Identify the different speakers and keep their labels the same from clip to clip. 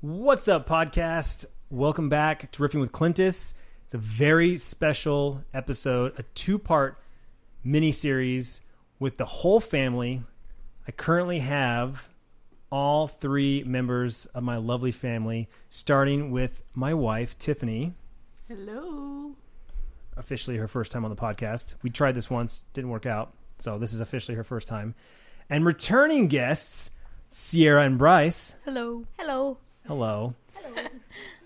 Speaker 1: What's up, podcast? Welcome back to Riffing with Clintus. It's a very special episode, a two part mini series with the whole family. I currently have all three members of my lovely family, starting with my wife, Tiffany,
Speaker 2: Hello.
Speaker 1: officially her first time on the podcast. We tried this once, didn't work out. So this is officially her first time. And returning guests, Sierra and Bryce.
Speaker 2: Hello.
Speaker 3: Hello.
Speaker 1: Hello. Hello.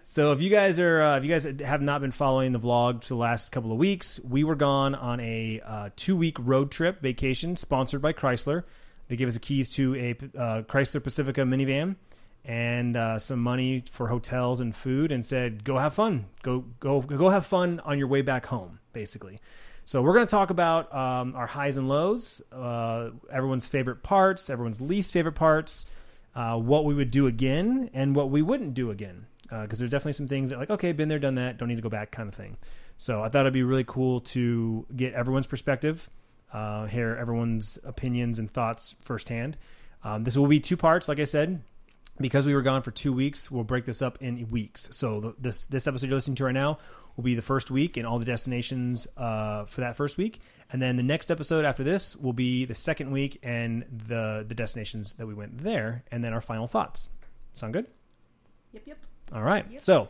Speaker 1: so if you guys are uh, if you guys have not been following the vlog for the last couple of weeks, we were gone on a uh, two week road trip vacation sponsored by Chrysler. They gave us the keys to a uh, Chrysler Pacifica minivan and uh, some money for hotels and food, and said, "Go have fun. Go go go have fun on your way back home." Basically. So we're going to talk about um, our highs and lows, uh, everyone's favorite parts, everyone's least favorite parts, uh, what we would do again and what we wouldn't do again. Because there's definitely some things that, like, okay, been there, done that, don't need to go back, kind of thing. So I thought it'd be really cool to get everyone's perspective, uh, hear everyone's opinions and thoughts firsthand. Um, this will be two parts, like I said. Because we were gone for two weeks, we'll break this up in weeks. So the, this this episode you're listening to right now will be the first week and all the destinations uh, for that first week, and then the next episode after this will be the second week and the the destinations that we went there, and then our final thoughts. Sound good?
Speaker 2: Yep, yep.
Speaker 1: All right.
Speaker 3: Yep.
Speaker 1: So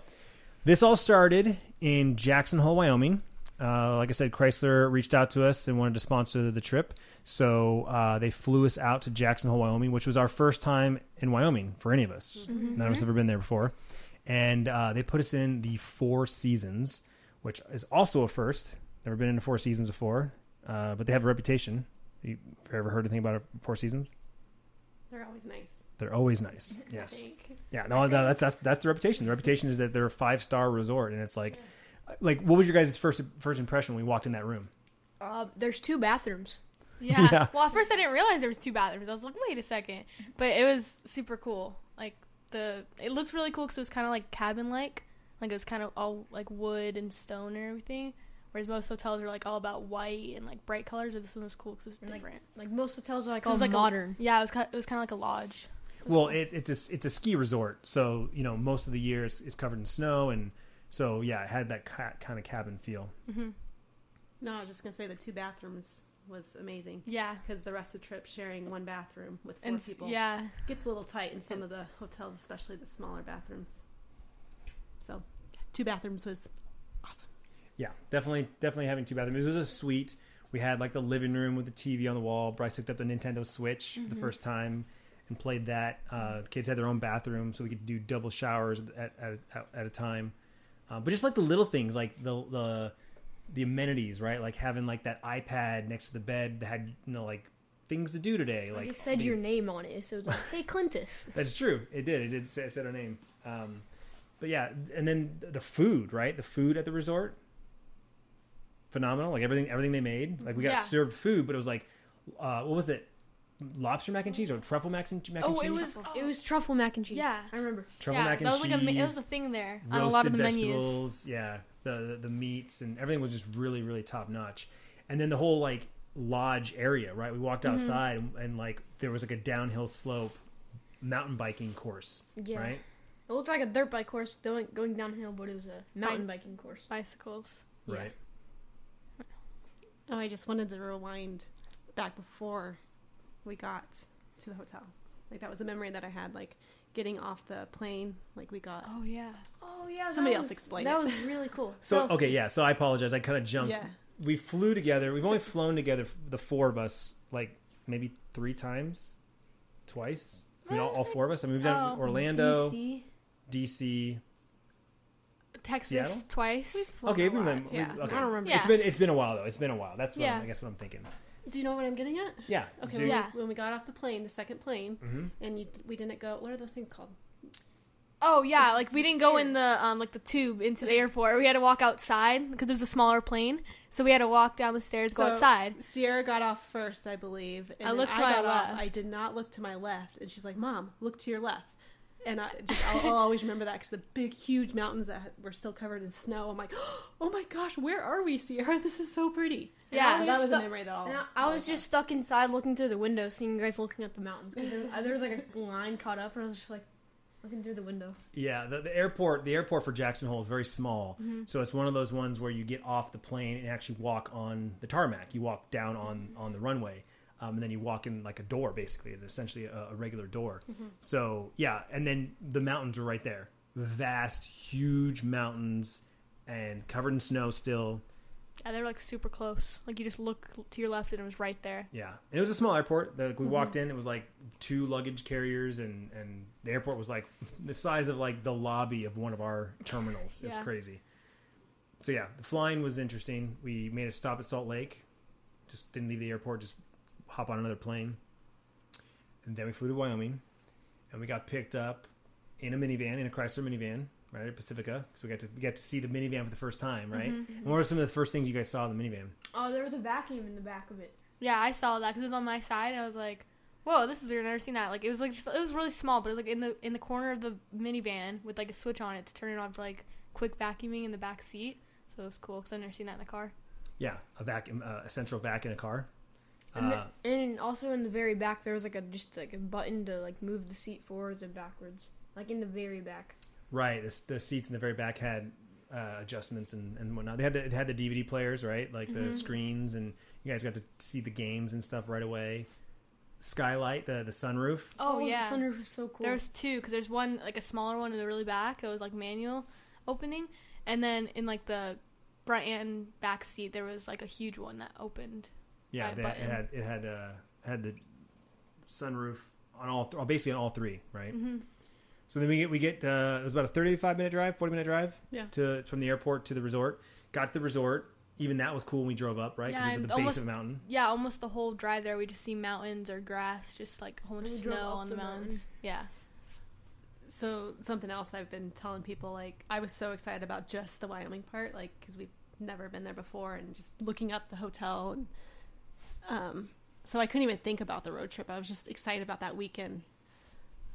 Speaker 1: this all started in Jackson Hole, Wyoming. Uh, like I said, Chrysler reached out to us and wanted to sponsor the trip. So uh, they flew us out to Jackson Hole, Wyoming, which was our first time in Wyoming for any of us. None of us have ever been there before. And uh, they put us in the Four Seasons, which is also a first. Never been in the Four Seasons before, uh, but they have a reputation. You ever heard anything about a Four Seasons?
Speaker 2: They're always nice.
Speaker 1: They're always nice.
Speaker 2: I
Speaker 1: Yes.
Speaker 2: think.
Speaker 1: Yeah, no, no, that's that's that's the reputation. The reputation is that they're a five star resort, and it's like, like, what was your guys' first first impression when we walked in that room?
Speaker 3: Uh, there's two bathrooms.
Speaker 2: Yeah.
Speaker 1: Yeah.
Speaker 4: Well, at first I didn't realize there was two bathrooms. I was like, wait a second. But it was super cool. Like the it looks really cool because it was kind of like cabin like. Like it was kind of all like wood and stone and everything. Whereas most hotels are like all about white and like bright colors. But this one was cool because it was
Speaker 3: And,
Speaker 4: different.
Speaker 3: Like most hotels are like
Speaker 4: So it
Speaker 3: all
Speaker 4: was like a-
Speaker 3: modern.
Speaker 4: yeah, it was kind. Of, it was kind of like a lodge.
Speaker 1: Well, it, it's a, s- it's a ski resort, so you know most of the year it's, it's covered in snow, and so yeah, it had that ca- kind of cabin feel.
Speaker 2: No, I was just gonna say the two bathrooms was amazing
Speaker 4: Yeah.
Speaker 2: because the rest of the trip sharing one bathroom with four
Speaker 4: And s-
Speaker 2: people
Speaker 4: yeah,
Speaker 2: gets a little tight in some of the hotels, especially the smaller bathrooms. So, two bathrooms was awesome.
Speaker 1: Yeah, definitely, definitely having two bathrooms. It was a suite. We had like the living room with the TV on the wall. Bryce hooked up the Nintendo Switch for
Speaker 3: Mm-hmm.
Speaker 1: the first time and played that. Uh, the kids had their own bathroom, so we could do double showers at at, at, at a time. Uh, but just like the little things, like the the the amenities, right? Like having like that iPad next to the bed that had you know like things to do today.
Speaker 3: Like,
Speaker 1: Like
Speaker 3: it said your name on it, so it's like, hey, Clintus.
Speaker 1: that's true. It did. It did say it said our name. Um, but yeah, and then the food, right? The food at the resort, phenomenal. Like everything, everything they made. Like we got
Speaker 4: Yeah.
Speaker 1: served food, but it was like, uh, what was it? Lobster mac and cheese or truffle mac and, mac and
Speaker 4: Oh, it
Speaker 1: cheese?
Speaker 4: was-
Speaker 3: It was truffle mac and cheese.
Speaker 4: Yeah.
Speaker 3: I remember.
Speaker 1: truffle
Speaker 4: yeah.
Speaker 1: mac and
Speaker 4: that was
Speaker 1: cheese.
Speaker 4: like a ma- it was a thing there on a
Speaker 1: roasted
Speaker 4: lot of the menus.
Speaker 1: vegetables. Yeah, the, the the meats and everything was just really really top notch. And then the whole like lodge area, right? We walked
Speaker 4: Mm-hmm.
Speaker 1: outside and, and like there was like a downhill slope mountain biking course,
Speaker 3: Yeah.
Speaker 1: right?
Speaker 3: It looked like a dirt bike course going, going downhill, but it was a mountain biking course.
Speaker 4: Bicycles.
Speaker 3: Yeah.
Speaker 1: Right.
Speaker 2: Oh, I just wanted to rewind back before we got to the hotel. Like that was a memory that I had. Like getting off the plane, like we got
Speaker 4: Oh yeah.
Speaker 3: Oh yeah.
Speaker 2: Somebody
Speaker 3: that
Speaker 2: else
Speaker 3: was-
Speaker 2: explain
Speaker 3: That
Speaker 2: it.
Speaker 3: was really cool.
Speaker 1: So okay, yeah. So I apologize. I kind of jumped.
Speaker 2: Yeah.
Speaker 1: We flew together. We've only flown together, the four of us, like maybe three times, twice. I mean, all, all four of us. I mean, we've done
Speaker 4: Oh,
Speaker 1: Orlando,
Speaker 3: DC.
Speaker 1: DC.
Speaker 4: Texas
Speaker 1: Seattle?
Speaker 4: twice.
Speaker 1: Okay,
Speaker 2: we
Speaker 1: we've done.
Speaker 2: yeah.
Speaker 1: we- okay.
Speaker 3: I don't remember.
Speaker 4: Yeah.
Speaker 1: It's been it's been a while though. It's been a while. That's what I'm-
Speaker 4: Yeah.
Speaker 1: I guess what I'm thinking.
Speaker 2: Do you know what I'm getting at?
Speaker 1: Yeah.
Speaker 2: Okay,
Speaker 1: Zoo-
Speaker 2: when,
Speaker 4: Yeah.
Speaker 2: we, when we got off the plane, the second plane,
Speaker 1: Mhm.
Speaker 2: and you, we didn't go. What are those things called?
Speaker 4: Oh yeah, like we didn't go in
Speaker 2: stairs.
Speaker 4: the um like the tube into the airport. We had to walk outside because it was a smaller plane, so we had to walk down the stairs, go
Speaker 2: So,
Speaker 4: outside.
Speaker 2: Sierra got off first, I believe. And
Speaker 4: I
Speaker 2: then
Speaker 4: looked to my
Speaker 2: got off.
Speaker 4: left.
Speaker 2: I did not look to my left, and she's like, "Mom, look to your left." and I just I'll, I'll always remember that because the big, huge mountains that were still covered in snow. I'm like, oh my gosh, where are we, Sierra? This is so pretty.
Speaker 3: Yeah,
Speaker 2: So that was a
Speaker 3: stuck,
Speaker 2: memory that I'll.
Speaker 3: and I, I was just stuck inside looking through the window, seeing you guys looking at the mountains. And there, uh, there was like a line caught up, and I was just like looking through the window.
Speaker 1: Yeah, the, the airport the airport for Jackson Hole is very small, so it's one of those ones where you get off the plane and actually walk on the tarmac. You walk down on on the runway, um, and then you walk in like a door, basically, it's essentially a, a regular door. So yeah, and then the mountains are right there, vast, huge mountains, and covered in snow still.
Speaker 4: Yeah, they were like super close. Like you just look to your left and it was right there.
Speaker 1: Yeah, and it was a small airport. Like we walked in, it was like two luggage carriers, and and the airport was like the size of like the lobby of one of our terminals. It's
Speaker 4: Yeah.
Speaker 1: crazy. So yeah, the flying was interesting. We made a stop at Salt Lake, just didn't leave the airport, just hop on another plane, and then we flew to Wyoming, and we got picked up in a minivan, in a Chrysler minivan, right at Pacifica. So we got to we got to see the minivan for the first time, right? And what were some of the first things you guys saw in the minivan?
Speaker 3: Oh, there was a vacuum in the back of it.
Speaker 4: Yeah, I saw that because it was on my side and I was like, "Whoa, this is weird. I've never seen that." Like it was like just, it was really small, but it was, like in the in the corner of the minivan with like a switch on it to turn it on for like quick vacuuming in the back seat. So it was cool because I've never seen that in the car.
Speaker 1: Yeah, a vacuum, uh, a central vac in a car.
Speaker 3: And,
Speaker 1: Uh,
Speaker 3: the, and also in the very back, there was like a just like a button to like move the seat forwards and backwards, like in the very back.
Speaker 1: right, the, s- the seats in the very back had uh, adjustments and, and whatnot. They had the, they had the DVD players, right, like the screens, and you guys got to see the games and stuff right away. Skylight, the the sunroof.
Speaker 4: Oh, yeah,
Speaker 3: the sunroof was so cool.
Speaker 4: there was two because there's one like a smaller one in the really back that was like manual opening, and then in like the front and back seat there was like a huge one that opened.
Speaker 1: Yeah,
Speaker 4: Right,
Speaker 1: they, it
Speaker 4: button.
Speaker 1: had it had uh, had the sunroof on all th- basically on all three, right?
Speaker 4: Mhm.
Speaker 1: So then we get we get uh, it was about a thirty five minute drive, forty minute drive,
Speaker 2: Yeah.
Speaker 1: to from the airport to the resort. Got to the resort. Even that was cool when we drove up, right?
Speaker 4: Yeah,
Speaker 1: Because it's at the
Speaker 4: and
Speaker 1: base
Speaker 4: almost-
Speaker 1: of the mountain.
Speaker 4: Yeah, almost the whole drive there, we just see mountains or grass, just like a whole bunch
Speaker 3: We
Speaker 4: of
Speaker 3: drove
Speaker 4: snow
Speaker 3: up
Speaker 4: on the,
Speaker 3: the mountain.
Speaker 4: mountains. Yeah.
Speaker 2: So something else I've been telling people, like I was so excited about just the Wyoming part, like because we've never been there before, and just looking up the hotel, and um, so I couldn't even think about the road trip. I was just excited about that weekend.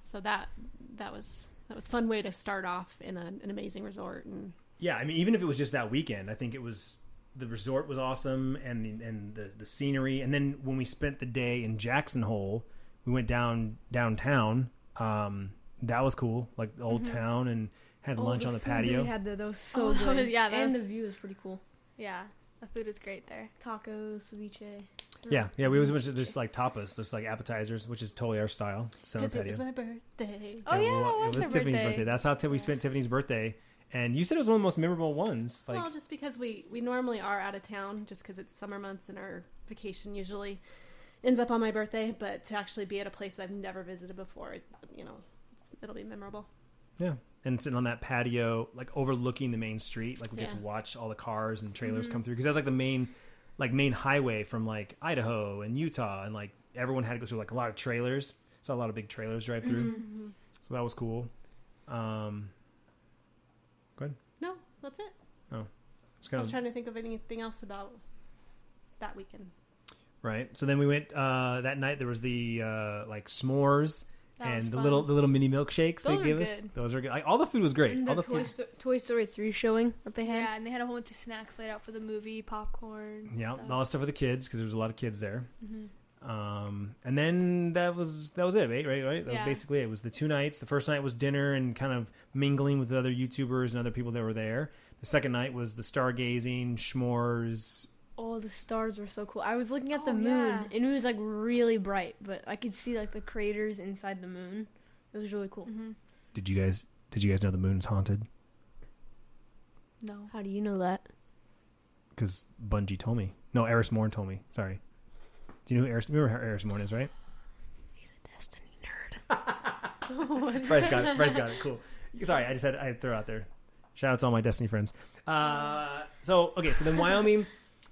Speaker 2: So that that was that was a fun way to start off in a, an amazing resort, and
Speaker 1: Yeah, I mean, even if it was just that weekend, I think it was the resort was awesome and and the the scenery. And then when we spent the day in Jackson Hole, we went down downtown. Um, that was cool, like the old town, and had
Speaker 3: Oh,
Speaker 1: lunch on the
Speaker 3: food that
Speaker 1: patio.
Speaker 3: We had there, that was so
Speaker 4: Oh, that
Speaker 3: good.
Speaker 4: was- yeah, that
Speaker 3: and
Speaker 4: was-
Speaker 3: the view was pretty cool.
Speaker 4: Yeah. The food was great there.
Speaker 3: Tacos, ceviche.
Speaker 1: yeah, yeah, we was just like tapas, just like appetizers, which is totally our style. So on the
Speaker 2: because it was
Speaker 1: patio.
Speaker 2: my birthday.
Speaker 4: Oh,
Speaker 1: And
Speaker 4: yeah,
Speaker 1: we wa-
Speaker 4: that was her
Speaker 1: Tiffany's
Speaker 4: birthday.
Speaker 1: That's how Ti- we spent Tiffany's birthday. And you said it was one of the most memorable ones. Like,
Speaker 2: well, just because we we normally are out of town, just because it's summer months and our vacation usually ends up on my birthday. But to actually be at a place that I've never visited before, it, you know, it's, it'll be memorable.
Speaker 1: Yeah. And sitting on that patio, like overlooking the main street, like we get to
Speaker 2: Yeah.
Speaker 1: watch all the cars and trailers
Speaker 4: Mm-hmm.
Speaker 1: come through because that's like the main, like main highway from like Idaho and Utah, and like everyone had to go through like a lot of trailers. Saw a lot of big trailers drive through,
Speaker 4: Mm-hmm.
Speaker 1: so that was cool. Um,
Speaker 2: No, that's it.
Speaker 1: it's
Speaker 2: I
Speaker 1: kind
Speaker 2: was
Speaker 1: of
Speaker 2: trying to think of anything else about that weekend.
Speaker 1: right. So then we went uh, that night. There was the uh, like s'mores
Speaker 4: That was
Speaker 1: and the
Speaker 4: fun.
Speaker 1: little the little mini milkshakes
Speaker 4: Those
Speaker 1: they
Speaker 4: were
Speaker 1: gave us.
Speaker 4: good.
Speaker 1: Those are good. Like, all the food was great.
Speaker 3: And
Speaker 1: all
Speaker 3: the
Speaker 1: the
Speaker 3: Toy,
Speaker 1: food.
Speaker 3: Sto- Toy Story 3 showing that they had.
Speaker 4: Yeah, and they had a whole bunch of snacks laid out for the movie, popcorn. and
Speaker 1: Yeah,
Speaker 4: stuff.
Speaker 1: all the stuff for the kids because there was a lot of kids there.
Speaker 4: Mhm.
Speaker 1: Um, and then that was that was it, right? Right? right? That
Speaker 4: Yeah.
Speaker 1: was basically it. it. Was the two nights. The first night was dinner and kind of mingling with other YouTubers and other people that were there. The second night was the stargazing, s'mores.
Speaker 3: Oh, the stars were so cool. I was looking at
Speaker 4: Oh,
Speaker 3: the moon,
Speaker 4: yeah.
Speaker 3: and it was like really bright, but I could see like the craters inside the moon. It was really cool.
Speaker 4: Mhm.
Speaker 1: Did you guys Did you guys know the moon's haunted?
Speaker 4: No.
Speaker 3: How do you know that?
Speaker 1: Because Bungie told me. No, Eris Morn told me. Sorry. Do you know who Eris? Remember who Eris Morn is, right?
Speaker 3: He's a Destiny nerd.
Speaker 1: Bryce got it. Bryce got it. Cool. Sorry, I just had I had to throw it out there. Shout out to all my Destiny friends. Uh, so okay, so then Wyoming.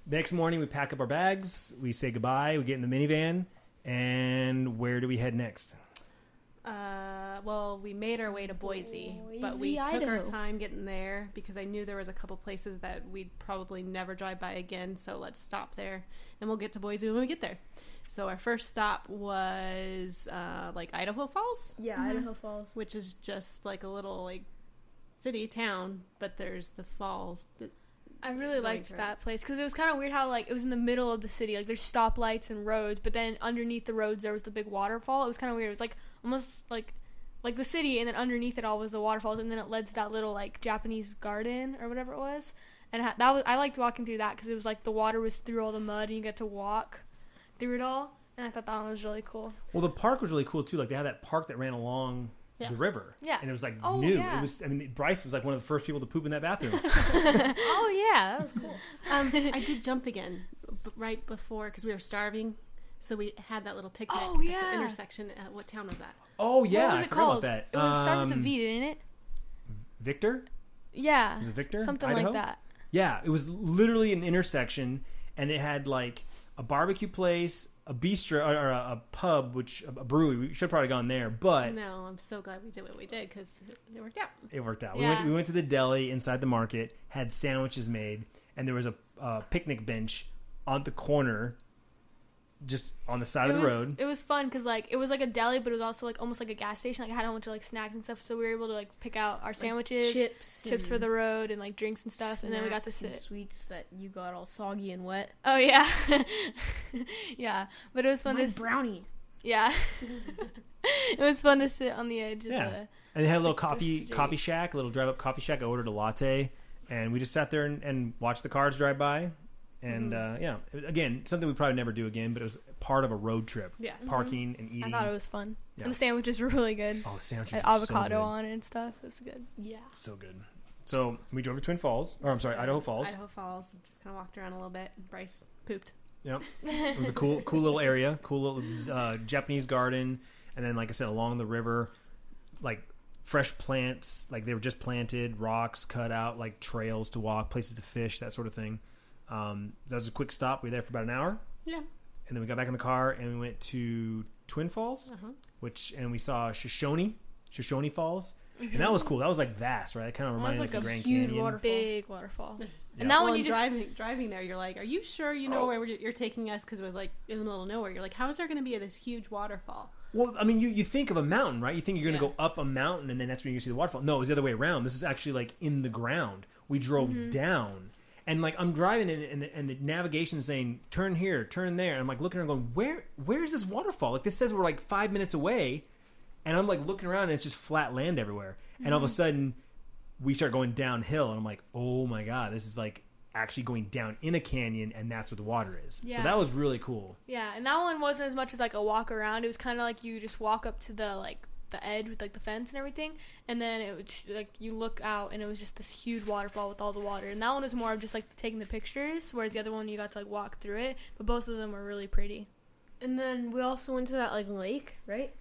Speaker 1: next morning, we pack up our bags, we say goodbye, we get in the minivan, and where do we head next?
Speaker 2: Uh, well, we made our way to Boise, but we
Speaker 3: Boise,
Speaker 2: took our
Speaker 3: Idaho.
Speaker 2: time getting there because I knew there was a couple places that we'd probably never drive by again. So let's stop there, and we'll get to Boise when we get there. So our first stop was uh, like Idaho Falls,
Speaker 3: Yeah,
Speaker 4: Mhm.
Speaker 3: Idaho Falls.
Speaker 2: which is just like a little like city town, but there's the falls. That,
Speaker 4: I really
Speaker 2: Going
Speaker 4: liked
Speaker 2: through it.
Speaker 4: that place because it was kind of weird how like it was in the middle of the city, like there's stoplights and roads, but then underneath the roads there was the big waterfall. It was kind of weird. It was like almost like like the city, and then underneath it all was the waterfalls, and then it led to that little like Japanese garden or whatever it was. And ha- that was I liked walking through that because it was like the water was through all the mud, and you got to walk through it all. And I thought that one was really cool.
Speaker 1: Well, the park was really cool too. Like they had that park that ran along
Speaker 2: Yeah.
Speaker 1: the river.
Speaker 4: Yeah.
Speaker 1: And it was like
Speaker 4: Oh,
Speaker 1: new.
Speaker 4: yeah.
Speaker 1: It was. I mean, Bryce was like one of the first people to poop in that bathroom.
Speaker 3: oh yeah, that was cool.
Speaker 2: um, I did jump again b- right before because we were starving, so we had that little picnic
Speaker 4: Oh,
Speaker 2: at
Speaker 4: yeah.
Speaker 2: the intersection. At, what town was that?
Speaker 1: oh yeah,
Speaker 4: what was
Speaker 1: I
Speaker 4: it
Speaker 1: forgot
Speaker 4: called?
Speaker 1: about that.
Speaker 4: It was start with a
Speaker 1: Um,
Speaker 4: V, didn't it?
Speaker 1: Victor.
Speaker 4: Yeah,
Speaker 1: Was it Victor?
Speaker 4: something
Speaker 1: Idaho?
Speaker 4: like that.
Speaker 1: Yeah, it was literally an intersection, and it had like a barbecue place, a bistro, or, or a, a pub, which a, brewery. We should have probably gone there, but
Speaker 2: No, I'm so glad we did what we did because it worked out.
Speaker 1: it worked out. We,
Speaker 4: Yeah.
Speaker 1: went, we went to the deli inside the market, had sandwiches made, and there was a, a picnic bench on the corner, just on the side
Speaker 4: it
Speaker 1: of the
Speaker 4: was,
Speaker 1: road.
Speaker 4: It was fun because like it was like a deli, but it was also like almost like a gas station. Like I had a bunch of like snacks and stuff, so we were able to like pick out our sandwiches,
Speaker 3: Chips,
Speaker 4: chips for the road, and like drinks and stuff. And then we got to
Speaker 3: snacks and
Speaker 4: sit.
Speaker 3: sweets that you got all soggy and wet.
Speaker 4: Oh yeah, yeah. But it was fun
Speaker 3: My
Speaker 4: to s-
Speaker 3: brownie.
Speaker 4: yeah. it was fun to sit on the edge
Speaker 1: Yeah.
Speaker 4: of the.
Speaker 1: And they had a little
Speaker 4: the
Speaker 1: coffee
Speaker 4: street.
Speaker 1: coffee shack, a little drive up coffee shack. I ordered a latte, and we just sat there and, and watched the cars drive by. And
Speaker 4: Mm-hmm.
Speaker 1: uh, yeah, It- again, something we probably never do again, but it was part of a road trip,
Speaker 2: Yeah.
Speaker 1: parking and eating.
Speaker 4: Mm-hmm. I thought it was fun,
Speaker 1: Yeah.
Speaker 4: and the sandwiches were really good.
Speaker 1: oh, the sandwiches
Speaker 4: Like
Speaker 1: were
Speaker 4: avocado
Speaker 1: so good.
Speaker 4: on it and stuff. It was good.
Speaker 3: Yeah.
Speaker 1: so good. So we drove to Twin Falls, or I'm sorry, Idaho Falls.
Speaker 2: Idaho Falls. Just kind of walked around a little bit. And Bryce pooped.
Speaker 1: It was a cool, cool little area, cool little uh, Japanese garden, and then like I said, along the river, like fresh plants, like they were just planted, rocks cut out, like trails to walk, places to fish, that sort of thing. Um, that was a quick stop. We were there for about an hour,
Speaker 2: Yeah.
Speaker 1: and then we got back in the car and we went to Twin Falls,
Speaker 2: Uh-huh.
Speaker 1: which and we saw Shoshone, Shoshone Falls, and that was cool. That was like vast, right? It kind of
Speaker 4: That was,
Speaker 1: reminded us
Speaker 4: like,
Speaker 1: of
Speaker 4: a
Speaker 1: the Grand
Speaker 3: huge
Speaker 1: Canyon.
Speaker 3: water- Waterfall.
Speaker 4: Big waterfall.
Speaker 1: Yeah.
Speaker 4: And that
Speaker 2: well,
Speaker 4: one
Speaker 2: and
Speaker 4: you just
Speaker 2: driving driving there, you're like, are you sure you
Speaker 1: Oh.
Speaker 2: know where you're, you're taking us? Because it was like in the middle of nowhere. You're like, how is there going to be this huge waterfall?
Speaker 1: Well, I mean, you, you think of a mountain, right? You think you're going to
Speaker 2: Yeah.
Speaker 1: go up a mountain and then that's when you see the waterfall. No, it was the other way around. This is actually like in the ground. We drove down. And like I'm driving and, and, the, and the navigation's saying turn here, turn there. And I'm like looking around, going where where is this waterfall? Like this says we're like five minutes away, and I'm like looking around and it's just flat land everywhere. And all of a sudden, we start going downhill, and I'm like, oh my god, this is like actually going down in a canyon, and that's where the water is. So
Speaker 4: Yeah.
Speaker 1: that was really cool.
Speaker 4: Yeah, and that one wasn't as much as like a walk around. It was kind of like you just walk up to the like the edge with like the fence and everything, and then it was like you look out and it was just this huge waterfall with all the water. And that one was more of just like taking the pictures, whereas the other one you got to like walk through it. But both of them were really pretty.
Speaker 3: And then we also went to that like lake, right?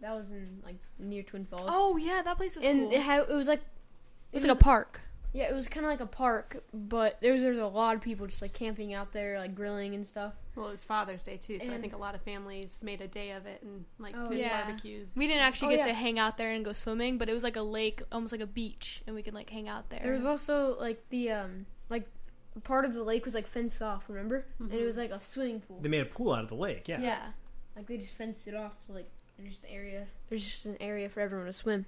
Speaker 3: That was in like near Twin Falls.
Speaker 4: Mm-hmm. Oh yeah, that place was
Speaker 3: and
Speaker 4: cool.
Speaker 3: it had it was like
Speaker 4: it was
Speaker 3: it
Speaker 4: like
Speaker 3: was-
Speaker 4: a park.
Speaker 3: yeah, it was kind of like a park, but there's there's a lot of people just like camping out there, like grilling and stuff.
Speaker 2: Well, it was Father's Day too, so I
Speaker 3: And-
Speaker 2: think a lot of families made a day of it and like
Speaker 3: Oh,
Speaker 2: did
Speaker 4: yeah.
Speaker 2: barbecues.
Speaker 4: We didn't actually
Speaker 3: Oh,
Speaker 4: get
Speaker 3: yeah.
Speaker 4: to hang out there and go swimming, but it was like a lake, almost like a beach, and we could like hang out there.
Speaker 3: There was also like the um like part of the lake was like fenced off, remember?
Speaker 2: Mm-hmm.
Speaker 3: And
Speaker 4: Mm-hmm.
Speaker 3: it was like a swimming pool.
Speaker 1: They made a pool out of the lake.
Speaker 4: yeah.
Speaker 3: Like they just fenced it off, so like there's just an area. There's just an area for everyone to swim.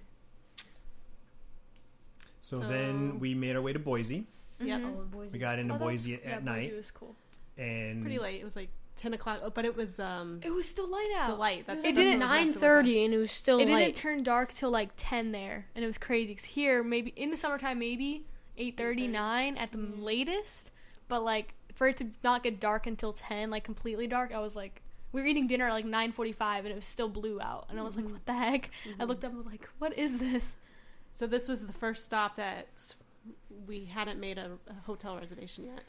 Speaker 1: So,
Speaker 2: So-
Speaker 1: then we made our way to Boise.
Speaker 2: Yep.
Speaker 4: Mhm.
Speaker 3: All the boys.
Speaker 1: We got into
Speaker 4: Oh, that was-
Speaker 1: Boise at,
Speaker 4: yeah,
Speaker 1: at
Speaker 4: Boise
Speaker 1: night,
Speaker 4: was cool.
Speaker 1: and
Speaker 2: pretty late. It was like ten o'clock, oh, but it was um
Speaker 4: It was still light out.
Speaker 2: the light. That's
Speaker 4: It
Speaker 2: that's
Speaker 4: didn't-
Speaker 2: what was messing
Speaker 3: nine
Speaker 2: with us.
Speaker 3: thirty, and it was still
Speaker 4: it didn't
Speaker 3: light.
Speaker 4: turn dark till like 10 there and it was crazy 'cause here maybe in the summertime maybe 8.30 9 at the latest but like for it to not get dark until 10 like completely dark i was like we were eating dinner at like 9.45 and it was still blue out and i was like what the heck i looked up and was like what is this
Speaker 2: So this was the first stop that we hadn't made a, a hotel reservation yet.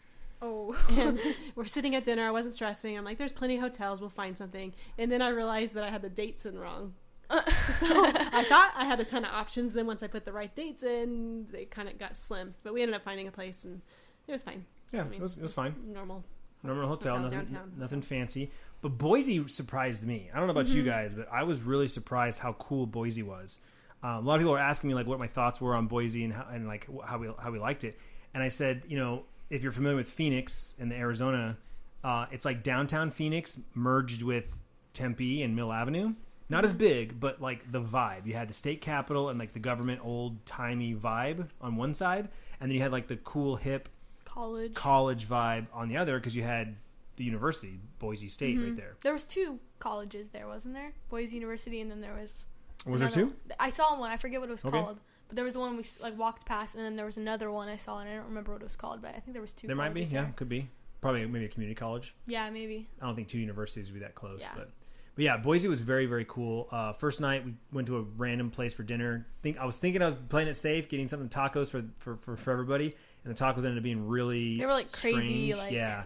Speaker 4: oh
Speaker 2: and we're sitting at dinner. I wasn't stressing. I'm like, there's plenty of hotels. We'll find something. And then I realized that I had the dates in wrong.
Speaker 4: Uh.
Speaker 2: so I thought I had a ton of options. Then once I put the right dates in, they kind of got slimmed. But we ended up finding a place, and it was fine.
Speaker 1: yeah,
Speaker 2: I mean,
Speaker 1: it was it was fine.
Speaker 2: Normal.
Speaker 1: Normal hotel,
Speaker 2: hotel
Speaker 1: nothing
Speaker 2: downtown.
Speaker 1: nothing fancy. But Boise surprised me. I don't know about you guys, but I was really surprised how cool Boise was. Um, a lot of people were asking me like what my thoughts were on Boise and how, and like wh- how we how we liked it. And I said, you know, if you're familiar with Phoenix and the Arizona Uh, it's like downtown Phoenix merged with Tempe and Mill Avenue. Not as big, but like the vibe. You had the state capitol and like the government old timey vibe on one side, and then you had like the cool hip
Speaker 4: college.
Speaker 1: college vibe on the other because you had the university, Boise State, right
Speaker 4: Mhm.
Speaker 1: there.
Speaker 4: There was two colleges there, wasn't there? Boise University, and then there was.
Speaker 1: Was there
Speaker 4: another-
Speaker 1: two?
Speaker 4: I saw one. I forget what it was
Speaker 1: Okay.
Speaker 4: called, but there was one we s- like walked past, and then there was another one I saw, and I don't remember what it was called, but I think there was two.
Speaker 1: There might be.
Speaker 4: colleges
Speaker 1: Yeah,
Speaker 4: there.
Speaker 1: could be. Probably maybe a community college.
Speaker 4: Yeah, maybe.
Speaker 1: I don't think two universities would be that close,
Speaker 4: Yeah.
Speaker 1: but but yeah, Boise was very very cool. Uh, first night we went to a random place for dinner. Think I was thinking I was playing it safe, getting something tacos for for, for, for everybody, and the tacos ended up being really
Speaker 4: They were, like, crazy,
Speaker 1: strange.
Speaker 4: like,
Speaker 1: yeah,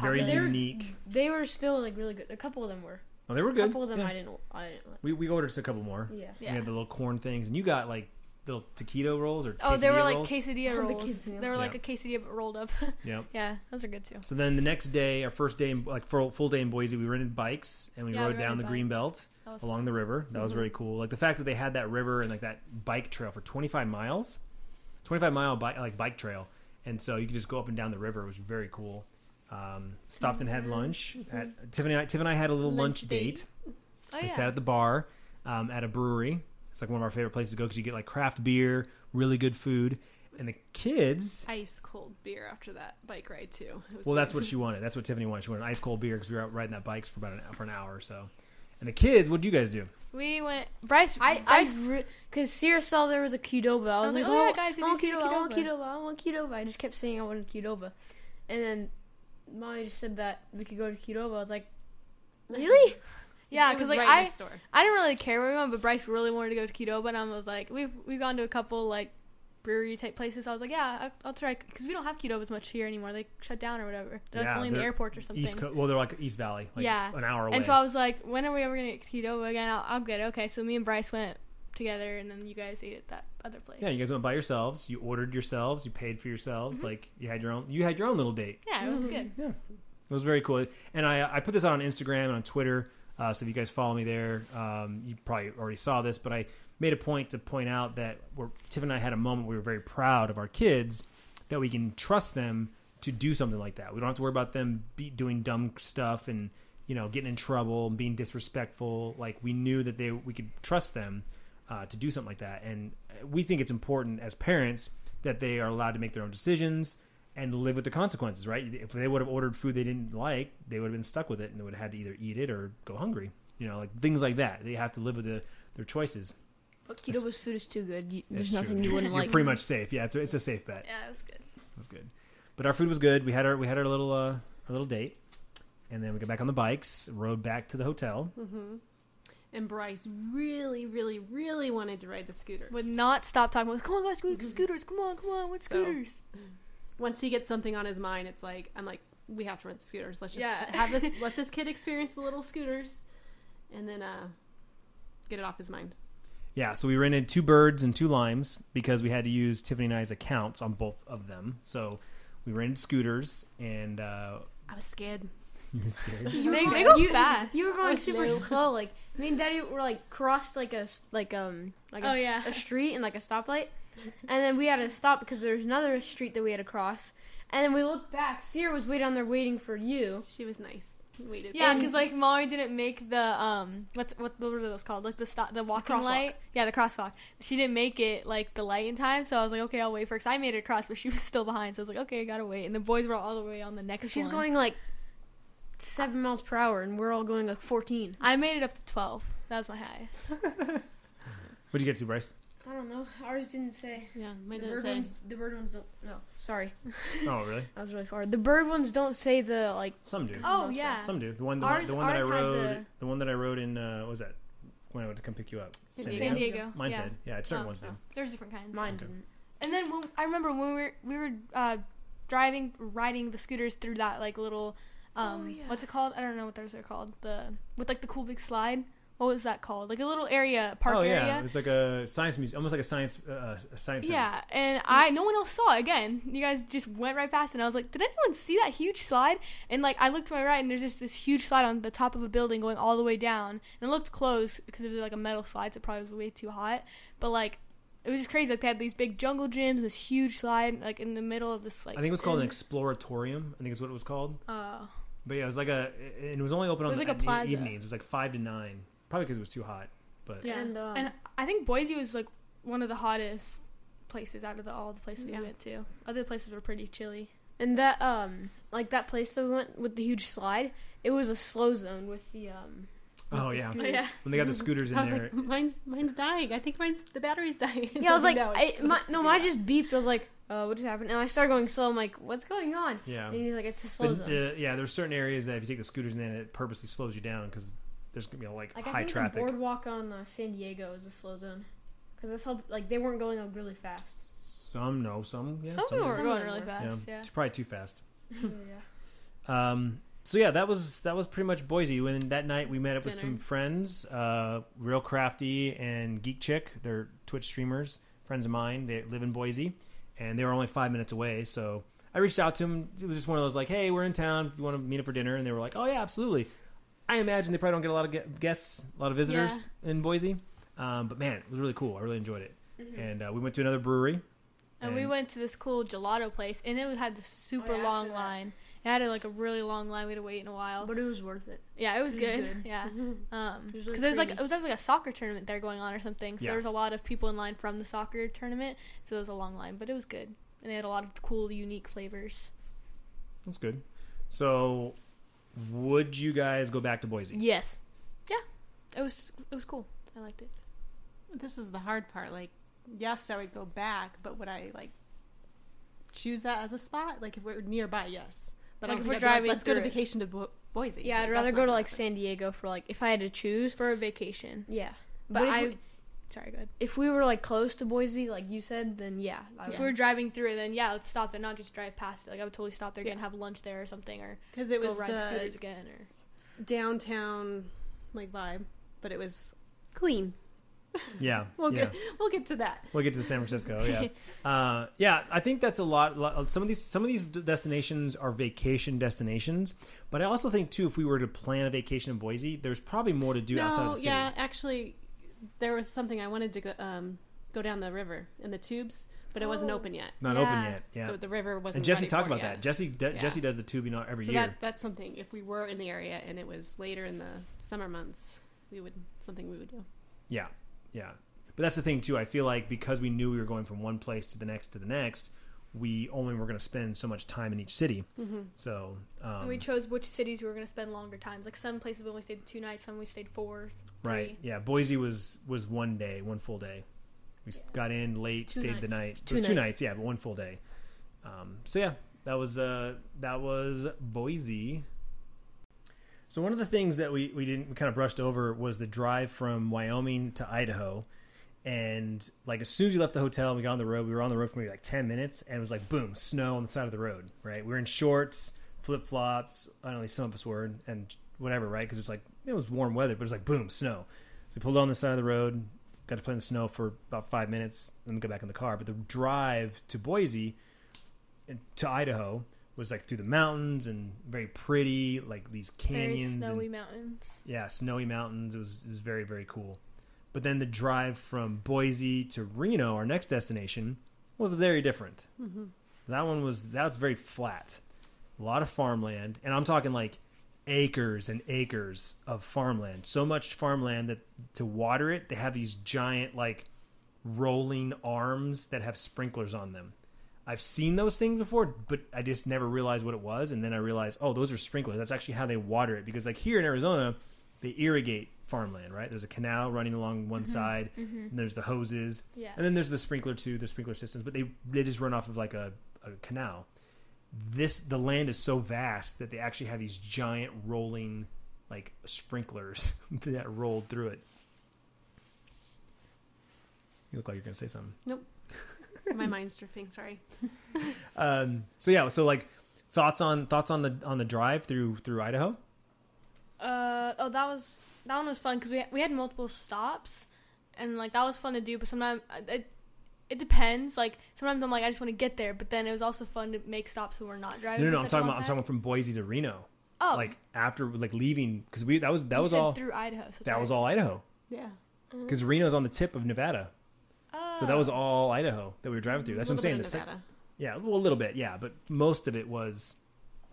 Speaker 1: very
Speaker 4: tacos. They're-
Speaker 1: unique.
Speaker 3: They were still like really good. A couple of them were.
Speaker 1: Oh, they were
Speaker 3: A
Speaker 1: good.
Speaker 3: couple of them
Speaker 1: Yeah.
Speaker 3: I didn't. I didn't like.
Speaker 1: We we ordered just a couple more.
Speaker 3: Yeah.
Speaker 4: Yeah.
Speaker 1: We had the little corn things, and you got like little taquito rolls or
Speaker 4: Oh, they were
Speaker 1: quesadilla
Speaker 4: like
Speaker 1: rolls.
Speaker 4: quesadilla
Speaker 3: Oh, the
Speaker 4: rolls.
Speaker 3: quesadilla.
Speaker 4: They were like
Speaker 1: Yeah.
Speaker 4: a quesadilla but rolled up.
Speaker 1: Yep.
Speaker 4: yeah, those are good too.
Speaker 1: So then the next day, our first day, in, like full, full day in Boise, we rented bikes and we
Speaker 4: Yeah,
Speaker 1: rode
Speaker 4: we
Speaker 1: down the
Speaker 4: rented
Speaker 1: green
Speaker 4: bikes. Mhm.
Speaker 1: belt
Speaker 4: That was
Speaker 1: along the river. That was really cool. Like the fact that they had that river and like that bike trail for 25 miles, 25 mile bike like bike trail, and so you could just go up and down the river. It was very cool. Um, stopped and had
Speaker 4: Mm-hmm.
Speaker 1: lunch. At, Tiffany, and I- Tiff and I had a little lunch,
Speaker 2: Lunch
Speaker 1: date.
Speaker 2: date.
Speaker 4: Oh
Speaker 1: We
Speaker 4: yeah.
Speaker 1: sat at the bar um, at a brewery. It's like one of our favorite places to go because you get like craft beer, really good food, and the kids.
Speaker 2: Ice cold beer after that bike ride too. It was
Speaker 1: Well, that's
Speaker 2: good.
Speaker 1: what she wanted. That's what Tiffany wanted. She wanted an ice cold beer because we were out riding that bikes for about an for an hour or so. And the kids, what'd you guys do?
Speaker 4: we went. Bryce.
Speaker 3: I I
Speaker 4: Bryce.
Speaker 3: because Sierra saw there was a Qdoba. I was, like, oh,
Speaker 4: yeah, guys, did
Speaker 3: I
Speaker 4: you
Speaker 3: want
Speaker 4: see the
Speaker 3: Qdoba, I want
Speaker 4: Qdoba?
Speaker 3: Qdoba, I want Qdoba. I just kept saying I wanted Qdoba, and then Molly just said that we could go to Qdoba. I was like, really?
Speaker 4: yeah,
Speaker 2: It
Speaker 4: because
Speaker 2: was
Speaker 4: like
Speaker 2: right
Speaker 4: I,
Speaker 2: next door.
Speaker 4: I didn't really care where we went, but Bryce really wanted to go to Qdoba, and I was like, we've we've gone to a couple like brewery type places. I was like, yeah, I'll, I'll try because we don't have Qdobas much here anymore. They shut down or whatever. They're
Speaker 1: Yeah,
Speaker 4: like only in the
Speaker 1: they're
Speaker 4: airport or something.
Speaker 1: East Coast. Well, they're like East Valley, like
Speaker 4: Yeah.
Speaker 1: an hour away.
Speaker 4: And so I was like, when are we ever gonna get Qdoba again? I'll, I'll get it. Okay, so me and Bryce went together, and then you guys ate at that other place.
Speaker 1: yeah, you guys went by yourselves. You ordered yourselves. You paid for yourselves.
Speaker 4: Mm-hmm.
Speaker 1: Like you had your own. You had your own little date.
Speaker 4: Yeah, it was good.
Speaker 1: It was very cool. And I I put this out on Instagram and on Twitter. Uh, so if you guys follow me there, um, you probably already saw this, but I made a point to point out that we're, Tiff and I had a moment where we were very proud of our kids that we can trust them to do something like that. We don't have to worry about them be, doing dumb stuff and you know getting in trouble and being disrespectful. Like we knew that they we could trust them uh, to do something like that, and we think it's important as parents that they are allowed to make their own decisions and live with the consequences. Right? If they would have ordered food they didn't like, they would have been stuck with it and they would have had to either eat it or go hungry. You know, like things like that. They have to live with the, their choices.
Speaker 3: But
Speaker 1: That's-
Speaker 3: Qdoba's food is too good. You,
Speaker 1: That's
Speaker 3: there's
Speaker 1: true.
Speaker 3: nothing you wouldn't
Speaker 1: You're
Speaker 3: like.
Speaker 1: pretty much safe. Yeah, it's a, it's a safe bet.
Speaker 4: Yeah, it was good.
Speaker 1: That's good. But our food was good. We had our we had our little uh, our little date, and then we got back on the bikes, rode back to the hotel.
Speaker 2: And Bryce really, really, really wanted to ride the scooters.
Speaker 4: Would not stop talking. Was come on guys, scoot- scooters. Come on, come on, what
Speaker 2: So-
Speaker 4: scooters?
Speaker 2: Once he gets something on his mind, it's like I'm like, we have to ride the scooters. Let's just
Speaker 4: Yeah.
Speaker 2: have this. Let this kid experience the little scooters, and then uh, get it off his mind.
Speaker 1: Yeah, so we rented two birds and two limes because we had to use Tiffany and I's accounts on both of them. So we rented scooters, and uh,
Speaker 2: I was scared.
Speaker 1: you were scared.
Speaker 3: You
Speaker 4: They-
Speaker 3: were-
Speaker 4: they go
Speaker 3: you-
Speaker 4: fast.
Speaker 3: You were going
Speaker 2: That's
Speaker 3: super
Speaker 2: new.
Speaker 3: slow. Like me and Daddy were like crossed like a s- like um like a,
Speaker 4: Oh,
Speaker 3: s-
Speaker 4: yeah.
Speaker 3: a street and like a stoplight, and then we had to stop because there was another street that we had to cross. And then we looked back. Sierra was waiting on there waiting for you.
Speaker 2: She was nice. Waited.
Speaker 4: Yeah, because like Molly didn't make the um, what's what, what were those called? Like the stop, the walking
Speaker 3: crosswalk.
Speaker 4: light. Yeah, the crosswalk. She didn't make it like the light in time, so I was like, okay, I'll wait for. Cause I made it across, but she was still behind, so I was like, okay, I gotta wait. And the boys were all the way on the next.
Speaker 3: She's
Speaker 4: one.
Speaker 3: going like seven miles per hour, and we're all going like fourteen.
Speaker 4: I made it up to twelve. That was my highest.
Speaker 1: What'd you get to, Bryce?
Speaker 3: I don't know. Ours didn't say.
Speaker 2: yeah, my
Speaker 3: the
Speaker 2: dad
Speaker 3: bird
Speaker 2: said
Speaker 3: ones. The bird ones don't. No, sorry,
Speaker 1: Oh, really?
Speaker 3: that was really far. The bird ones don't say the like.
Speaker 1: Some do.
Speaker 4: Oh
Speaker 3: Most
Speaker 4: yeah.
Speaker 1: Some do. The one, the, one,
Speaker 4: Ours-
Speaker 1: the one that I
Speaker 4: ours had
Speaker 1: rode, the...
Speaker 4: the-
Speaker 1: one that I rode in, uh, what was that? When I went to come pick you up,
Speaker 2: San
Speaker 4: San Diego.
Speaker 2: Diego?
Speaker 1: Mine
Speaker 4: yeah.
Speaker 1: said, yeah, certain
Speaker 4: Oh,
Speaker 1: ones do.
Speaker 4: oh. There's different kinds.
Speaker 3: Mine
Speaker 1: Okay.
Speaker 3: didn't.
Speaker 4: And then when, I remember when we were we were uh, driving, riding the scooters through that like little, um,
Speaker 3: Oh, yeah.
Speaker 4: what's it called? I don't know what those are called. The with like the cool big slide. What was that called? Like a little area, park
Speaker 1: oh yeah, it
Speaker 4: area.
Speaker 1: was like a science museum, almost like a science, uh, a science. center.
Speaker 4: Yeah, and I no one else saw it. Again, you guys just went right past, it, and I was like, "Did anyone see that huge slide?" And like, I looked to my right, and there's just this huge slide on the top of a building going all the way down, and it looked closed because it was like a metal slide, so it probably was way too hot. But like, it was just crazy. Like they had these big jungle gyms, this huge slide, like in the middle of this like.
Speaker 1: I think it was called an exploratorium. I think is what it was called.
Speaker 4: Oh,
Speaker 1: But yeah, it was like a, and it was only open on
Speaker 4: It was
Speaker 1: the
Speaker 4: like a
Speaker 1: in the
Speaker 4: plaza.
Speaker 1: evenings. It was like five to nine, probably because it was too hot. But
Speaker 4: Yeah.
Speaker 3: And, um,
Speaker 4: And I think Boise was like one of the hottest places out of the, all the places
Speaker 2: Yeah.
Speaker 4: we went to. Other places were pretty chilly.
Speaker 3: And that um like that place that we went with the huge slide, it was a slow zone with the um with
Speaker 1: oh
Speaker 3: the
Speaker 1: yeah,
Speaker 3: scooters.
Speaker 1: when they got the scooters in
Speaker 2: I was
Speaker 1: there,
Speaker 2: like, mine's mine's dying. I think mine's the battery's dying.
Speaker 3: Yeah, I was like
Speaker 2: No,
Speaker 3: I,
Speaker 2: it's
Speaker 3: my,
Speaker 2: supposed to
Speaker 3: no,
Speaker 2: do
Speaker 3: mine
Speaker 2: that.
Speaker 3: just beeped. I was like, uh, what just happened? And I started going slow. I'm like, what's going on?
Speaker 1: yeah.
Speaker 3: And he's like, it's a slow
Speaker 1: But,
Speaker 3: zone.
Speaker 1: uh, yeah, there's certain areas that if you take the scooters in, it purposely slows you down because there's gonna be like,
Speaker 3: like I
Speaker 1: high
Speaker 3: think the
Speaker 1: traffic.
Speaker 3: boardwalk on uh, San Diego is a slow zone because that's how like they weren't going up really fast.
Speaker 1: Some no, some yeah,
Speaker 4: some, of them were
Speaker 3: some
Speaker 4: going
Speaker 3: of them
Speaker 4: really
Speaker 3: were.
Speaker 4: fast.
Speaker 1: yeah,
Speaker 4: Yeah.
Speaker 1: it's probably too fast.
Speaker 3: yeah.
Speaker 1: Um, so yeah, that was that was pretty much Boise. When that night we met up with
Speaker 2: Dinner.
Speaker 1: some friends, uh, Real Crafty and Geek Chick. They're Twitch streamers, friends of mine. They live in Boise, and they were only five minutes away. So I reached out to them. It was just one of those like, "Hey, we're in town. If you want to meet up for dinner," and they were like, "Oh yeah, absolutely." I imagine they probably don't get a lot of gue- guests, a lot of visitors in Boise, um, but man, it was really cool. I really enjoyed it. And uh, we went to another brewery.
Speaker 4: And we went to this cool gelato place, and it had this super
Speaker 3: Oh, yeah,
Speaker 4: long
Speaker 3: after that.
Speaker 4: line. It had like a really long line. We had to wait in a while.
Speaker 3: But it was worth it.
Speaker 4: yeah, it was,
Speaker 3: it was
Speaker 4: good.
Speaker 3: good.
Speaker 4: Yeah. Um,
Speaker 3: It was
Speaker 4: because
Speaker 3: really
Speaker 4: there was like
Speaker 3: pretty.
Speaker 4: it was actually a soccer tournament there going on or something. So
Speaker 1: Yeah.
Speaker 4: there was a lot of people in line from the soccer tournament. So it was a long line, but it was good. And they had a lot of cool, unique flavors.
Speaker 1: That's good. So, would you guys go back to Boise?
Speaker 4: Yes. Yeah. It was it was cool. I liked it.
Speaker 2: this is the hard part. Like, yes, I would go back, but would I like choose that as a spot? Like, if we're nearby, yes. But
Speaker 4: Like,
Speaker 2: I
Speaker 4: if
Speaker 2: don't
Speaker 4: we're
Speaker 2: think I'd be like,
Speaker 4: driving
Speaker 2: let's go to
Speaker 4: through it.
Speaker 2: vacation to Bo- Boise.
Speaker 3: Yeah, I'd
Speaker 2: that's
Speaker 3: rather
Speaker 2: not
Speaker 3: go to
Speaker 2: gonna
Speaker 3: like
Speaker 2: happen.
Speaker 3: San Diego for like if I had to choose.
Speaker 4: For a vacation.
Speaker 3: Yeah,
Speaker 4: But,
Speaker 3: if
Speaker 4: I
Speaker 3: we,
Speaker 4: sorry, go ahead.
Speaker 3: if we were like close to Boise, like you said, then yeah, I
Speaker 4: If
Speaker 3: would.
Speaker 4: we were driving through it, then yeah, let's stop there, not just drive past it. Like I would totally stop there again,
Speaker 2: Yeah.
Speaker 4: have lunch there or something, or
Speaker 2: because it
Speaker 4: go
Speaker 2: was
Speaker 4: ride scooters
Speaker 2: the
Speaker 4: again. Or
Speaker 2: downtown like vibe, but it was clean.
Speaker 1: Yeah.
Speaker 2: We'll
Speaker 1: yeah.
Speaker 2: get we'll get to that.
Speaker 1: We'll get to San Francisco. Yeah. uh, yeah. I think that's a lot, lot. Some of these some of these d- destinations are vacation destinations, but I also think too, if we were to plan a vacation in Boise, there's probably more to do outside of
Speaker 2: no,
Speaker 1: the city.
Speaker 2: yeah, actually, there was something I wanted to go um, go down the river in the tubes, but it wasn't
Speaker 4: Oh.
Speaker 2: open yet.
Speaker 1: Not
Speaker 4: Yeah.
Speaker 1: open yet. Yeah.
Speaker 2: The, the river wasn't.
Speaker 1: and Jesse
Speaker 2: ready
Speaker 1: talked
Speaker 2: for it
Speaker 1: about
Speaker 2: yet.
Speaker 1: that. Jesse de-
Speaker 2: Yeah.
Speaker 1: Jesse does the tubing out every
Speaker 2: so
Speaker 1: year.
Speaker 2: that that's something. If we were in the area and it was later in the summer months, we would something we would do.
Speaker 1: Yeah, yeah. But that's the thing too. I feel like because we knew we were going from one place to the next to the next, we only were going to spend so much time in each city. So um,
Speaker 4: and we chose which cities we were going to spend longer times. Like some places we only stayed two nights, some we stayed four.
Speaker 1: right, yeah. Boise was was one day, one full day. We s got in late,
Speaker 3: Two
Speaker 1: stayed the night. it was two nights, yeah, but one full day. Um, so yeah, that was uh, that was Boise. So one of the things that we we didn't we kind of brushed over was the drive from Wyoming to Idaho, and like as soon as we left the hotel, and we got on the road. We were on the road for maybe like ten minutes, and it was like boom, snow on the side of the road. Right, we were in shorts, flip flops. I don't know, some of us were, and whatever, right? Because it's like it was warm weather, but it was like boom, snow. So we pulled on the side of the road, got to play in the snow for about five minutes, and then go back in the car. But the drive to Boise and to Idaho was like through the mountains and very pretty, like these
Speaker 4: Very
Speaker 1: canyons.
Speaker 4: snowy
Speaker 1: and,
Speaker 4: mountains.
Speaker 1: yeah, snowy mountains. It was, it was very, very cool. But then the drive from Boise to Reno, our next destination, was very different. That one was that was very flat, a lot of farmland, and I'm talking like acres and acres of farmland. So much farmland that to water it, they have these giant like rolling arms that have sprinklers on them. I've seen those things before, but I just never realized what it was, and then I realized, oh, those are sprinklers. That's actually how they water it because like here in Arizona, they irrigate farmland, right? There's a canal running along one side, and there's the hoses,
Speaker 4: Yeah.
Speaker 1: and then there's the sprinkler too, the sprinkler systems, but they they just run off of like a, a canal. This the land is so vast that they actually have these giant rolling like sprinklers that roll through it. You look like you're gonna say something.
Speaker 2: My mind's drifting. Sorry.
Speaker 1: Um, so yeah, so like thoughts on thoughts on the on the drive through through Idaho.
Speaker 4: Uh oh, that was that one was fun because we we had multiple stops, and like that was fun to do. But sometimes I- it it depends. Like sometimes I'm like I just want to get there, but then it was also fun to make stops when we're not
Speaker 1: No,
Speaker 4: driving.
Speaker 1: no, no
Speaker 4: for
Speaker 1: I'm
Speaker 4: such a
Speaker 1: talking
Speaker 4: long
Speaker 1: about I'm
Speaker 4: time.
Speaker 1: talking from Boise to Reno.
Speaker 4: Oh,
Speaker 1: Like after like leaving because we that was that
Speaker 4: you
Speaker 1: was
Speaker 4: said
Speaker 1: all
Speaker 4: through Mm-hmm. Idaho. So
Speaker 1: that was all Idaho
Speaker 2: Yeah.
Speaker 1: because Reno's on the tip of Nevada, so that was all Idaho that we were driving through. That's what I'm saying. The sec-
Speaker 2: Nevada.
Speaker 1: Yeah, well, a little bit, yeah, but most of it was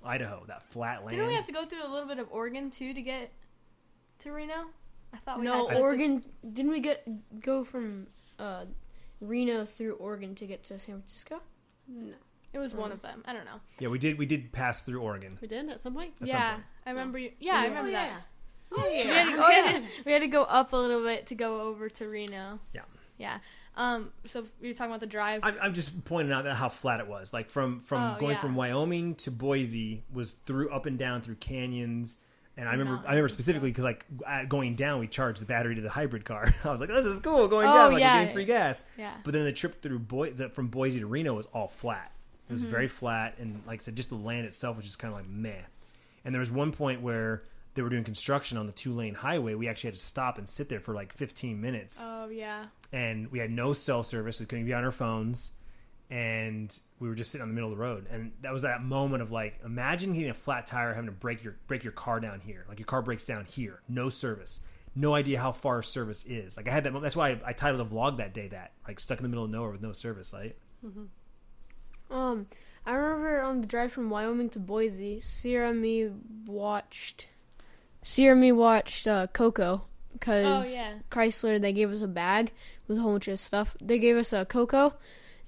Speaker 1: Idaho, that flat land.
Speaker 4: Didn't we have to go through a little bit of Oregon too to get to Reno? I thought Oh, we
Speaker 3: No,
Speaker 4: had to.
Speaker 3: Oregon. Didn't we get go from uh, Reno through Oregon to get to San Francisco?
Speaker 2: No.
Speaker 4: It was one of them. I don't know.
Speaker 1: yeah, we did. We did pass through Oregon.
Speaker 2: We did at some point.
Speaker 1: At some
Speaker 4: yeah,
Speaker 1: point.
Speaker 4: I remember. You, yeah, I
Speaker 3: Yeah.
Speaker 4: remember
Speaker 2: Oh,
Speaker 4: that.
Speaker 2: yeah. Oh, yeah.
Speaker 4: We had, to,
Speaker 3: Oh,
Speaker 4: we
Speaker 3: yeah.
Speaker 4: had to- we had to go up a little bit to go over to Reno.
Speaker 1: Yeah.
Speaker 4: Yeah. Um. So you're talking about the drive.
Speaker 1: I'm, I'm just pointing out that how flat it was. Like from from
Speaker 4: Oh,
Speaker 1: going
Speaker 4: yeah.
Speaker 1: from Wyoming to Boise was through up and down through canyons. And I remember I remember
Speaker 4: Mountains and
Speaker 1: specifically because like uh, going down, we charged the battery to the hybrid car. I was like, this is cool going
Speaker 4: Oh,
Speaker 1: down, like
Speaker 4: yeah.
Speaker 1: we're getting free gas.
Speaker 4: yeah.
Speaker 1: But then the trip through Bo- the, from Boise to Reno was all flat. It
Speaker 4: Mm-hmm.
Speaker 1: was very flat, and like I said, just the land itself was just kind of like meh. And there was one point where they were doing construction on the two lane highway. We actually had to stop and sit there for like 15 minutes
Speaker 4: Oh yeah.
Speaker 1: and we had no cell service. We couldn't be on our phones, and we were just sitting on the middle of the road. And that was that moment of like, imagine getting a flat tire, having to break your break your car down here. Like your car breaks down here, no service, no idea how far service is. Like I had that. mo- That's why I, I titled the vlog that day that like stuck in the middle of nowhere with no service. Like
Speaker 3: Um, I remember on the drive from Wyoming to Boise, Sierra me watched. Sierra me watched uh, Coco
Speaker 4: Oh
Speaker 3: because
Speaker 4: yeah.
Speaker 3: Chrysler they gave us a bag with a whole bunch of stuff. They gave us a Coco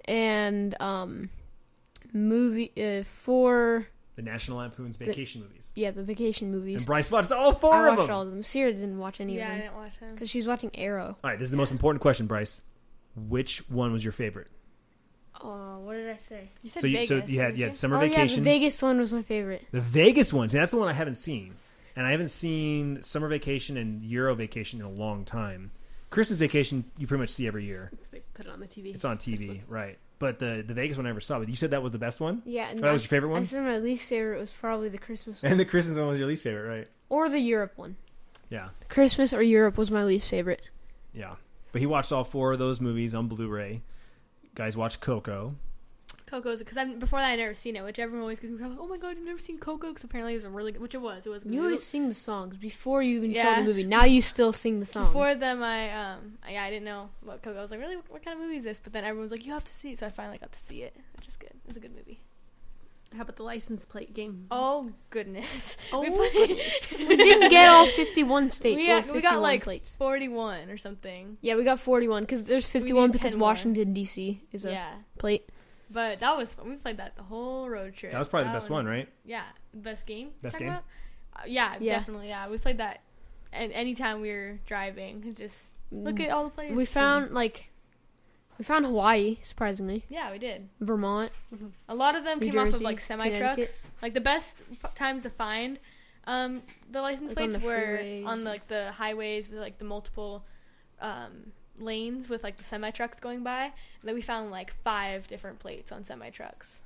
Speaker 3: and um movie uh, four
Speaker 1: the National Lampoon's Vacation movies.
Speaker 3: yeah the vacation movies.
Speaker 1: And Bryce watched all four
Speaker 3: I
Speaker 1: of
Speaker 3: watched
Speaker 1: them.
Speaker 3: all of them. Sierra didn't watch any
Speaker 4: Yeah, I
Speaker 3: of them
Speaker 4: didn't watch him.
Speaker 3: because she was watching Arrow.
Speaker 1: all right, this is the most important question, Bryce. Which one was your favorite?
Speaker 3: Oh, what did I say?
Speaker 4: You said
Speaker 1: so you
Speaker 4: Vegas.
Speaker 1: so you had
Speaker 4: didn't
Speaker 1: you had summer
Speaker 3: oh yeah, the
Speaker 1: vacation.
Speaker 3: Vegas one was my favorite.
Speaker 1: The Vegas one. See, that's the one I haven't seen. And I haven't seen Summer Vacation and Euro Vacation in a long time. Christmas Vacation, you pretty much see every year.
Speaker 2: They put it on the TV.
Speaker 1: It's on TV,
Speaker 2: Christmas.
Speaker 1: right? But the, the Vegas one I never saw. But you said that was the best one?
Speaker 3: Yeah, and
Speaker 1: Oh, That was
Speaker 3: I-
Speaker 1: your favorite
Speaker 3: I
Speaker 1: one?
Speaker 3: said my least favorite was probably the Christmas one
Speaker 1: And the Christmas one was your least favorite, right?
Speaker 3: or the Europe one.
Speaker 1: Yeah,
Speaker 3: Christmas or Europe was my least favorite.
Speaker 1: yeah. But he watched all four of those movies on Blu ray. Guys watched Coco.
Speaker 4: Coco's because I've before that I never seen it, which everyone always gives me crap. like, Oh my god, you've never seen Coco? Because apparently it was a really good, which it was. It was. a
Speaker 3: You
Speaker 4: good-
Speaker 3: always sing the songs before you even saw
Speaker 4: Yeah.
Speaker 3: the movie. Now you still sing the songs.
Speaker 4: Before them, I um, yeah, I didn't know what Coco. I was like, really, what, what kind of movie is this? But then everyone's like, you have to see it. So I finally got to see it, which is good. It's a good movie.
Speaker 2: How about the license plate game?
Speaker 4: Oh goodness, we
Speaker 2: Oh,
Speaker 4: played
Speaker 3: we didn't get all 51 states.
Speaker 4: We
Speaker 3: well,
Speaker 4: got- we got,
Speaker 3: 51
Speaker 4: like,
Speaker 3: plates.
Speaker 4: forty-one or something.
Speaker 3: Yeah, we got 41 because there's 51
Speaker 4: need
Speaker 3: because
Speaker 4: 10 more.
Speaker 3: Washington D.C. is a
Speaker 4: Yeah,
Speaker 3: plate.
Speaker 4: but that was fun. We played that the whole road trip.
Speaker 1: That was probably the best one, right?
Speaker 4: Oh, Yeah, best game.
Speaker 1: Best
Speaker 4: talking
Speaker 1: game?
Speaker 4: about? Uh, yeah,
Speaker 3: Yeah.
Speaker 4: definitely. Yeah, we played that, and anytime we were driving, it just look at all the places
Speaker 3: Mm. we
Speaker 4: to see.
Speaker 3: found like we found Hawaii surprisingly,
Speaker 4: Yeah, we did.
Speaker 3: Vermont.
Speaker 4: A lot of them
Speaker 3: New
Speaker 4: came off of
Speaker 3: Jersey,
Speaker 4: like semi trucks.
Speaker 3: Connecticut.
Speaker 4: Like the best f- times to find um, the license
Speaker 3: Like, on
Speaker 4: plates
Speaker 3: the
Speaker 4: were
Speaker 3: freeways.
Speaker 4: on like the highways with like the multiple um, lanes with like the semi trucks going by. And then we found like five different plates on semi trucks.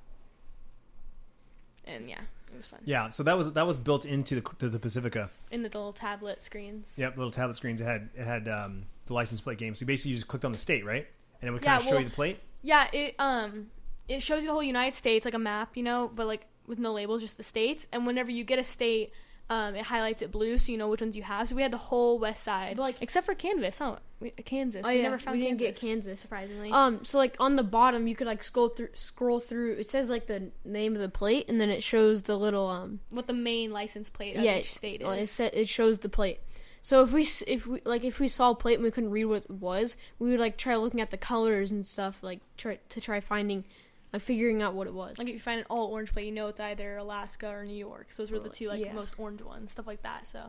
Speaker 4: And yeah, it was fun.
Speaker 1: Yeah, so that was that was built into the, to the Pacifica.
Speaker 4: In the little tablet screens.
Speaker 1: Yep, little tablet screens. It had it had um, the license plate game. So basically, you just clicked on the state, right? And it would kind
Speaker 4: Yeah,
Speaker 1: of show
Speaker 4: well-
Speaker 1: you the plate.
Speaker 4: Yeah, it um it shows you the whole United States like a map, you know, but like with no labels, just the states. And whenever you get a state, um, it highlights it blue, so you know which ones you have. So we had the whole West Side,
Speaker 3: But, like-
Speaker 4: except for Canvas, huh? We, Kansas.
Speaker 3: Oh
Speaker 4: we
Speaker 3: yeah,
Speaker 4: never found
Speaker 3: we didn't
Speaker 4: Kansas.
Speaker 3: get Kansas.
Speaker 4: surprisingly.
Speaker 3: Um, so like on the bottom, you could like scroll through, scroll through. It says like the name of the plate, and then it shows the little um
Speaker 4: what the main license plate of
Speaker 3: yeah,
Speaker 4: each
Speaker 3: it-
Speaker 4: state is?
Speaker 3: well, It said it shows the plate. So if we s- if we like if we saw a plate and we couldn't read what it was, we would like try looking at the colors and stuff like try to try finding like figuring out what it was.
Speaker 4: like if you find an all orange plate, you know it's either Alaska or New York. So those were the two like
Speaker 3: Yeah.
Speaker 4: most orange ones, stuff like that. So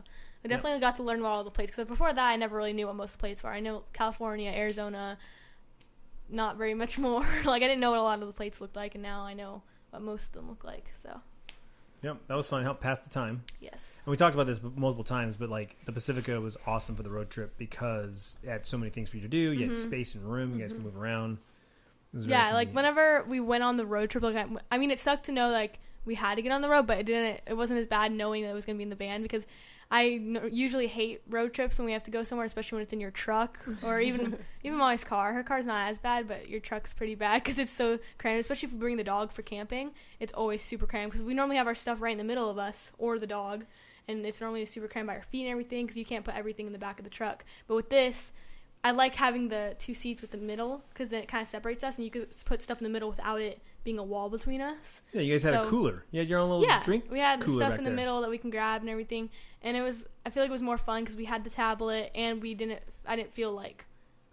Speaker 4: I definitely got to learn about all the plates because before that I never really knew what most of the plates were. I know California, Arizona, not very much more. like I didn't know what a lot of the plates looked like, and now I know what most of them look like. So
Speaker 1: Yep, that was fun. Helped pass the time.
Speaker 4: yes,
Speaker 1: And we talked about this multiple times, but like the Pacifica was awesome for the road trip because it had so many things for you to do. You
Speaker 3: Mm-hmm.
Speaker 1: had space and room. You guys can move around. It was very
Speaker 4: yeah. Like
Speaker 1: convenient.
Speaker 4: whenever we went on the road trip, like I, I mean, it sucked to know like we had to get on the road, but it didn't. It wasn't as bad knowing that it was going to be in the van because. I n- usually hate road trips when we have to go somewhere, especially when it's in your truck or even even Molly's car. Her car's not as bad, but your truck's pretty bad because it's so crammed. Especially if we bring the dog for camping, it's always super crammed because we normally have our stuff right in the middle of us or the dog, and it's normally super crammed by our feet and everything because you can't put everything in the back of the truck. But with this. I like having the two seats with the middle because then it kind of separates us, and you could put stuff in the middle without it being a wall between us.
Speaker 1: Yeah, you guys had a
Speaker 4: So-
Speaker 1: cooler. You had your own little
Speaker 4: yeah,
Speaker 1: Oh, drink.
Speaker 4: we had the
Speaker 1: cooler
Speaker 4: stuff
Speaker 1: back
Speaker 4: in the
Speaker 1: there.
Speaker 4: middle that we can grab and everything, and it was. I feel like it was more fun because we had the tablet and we didn't. I didn't feel like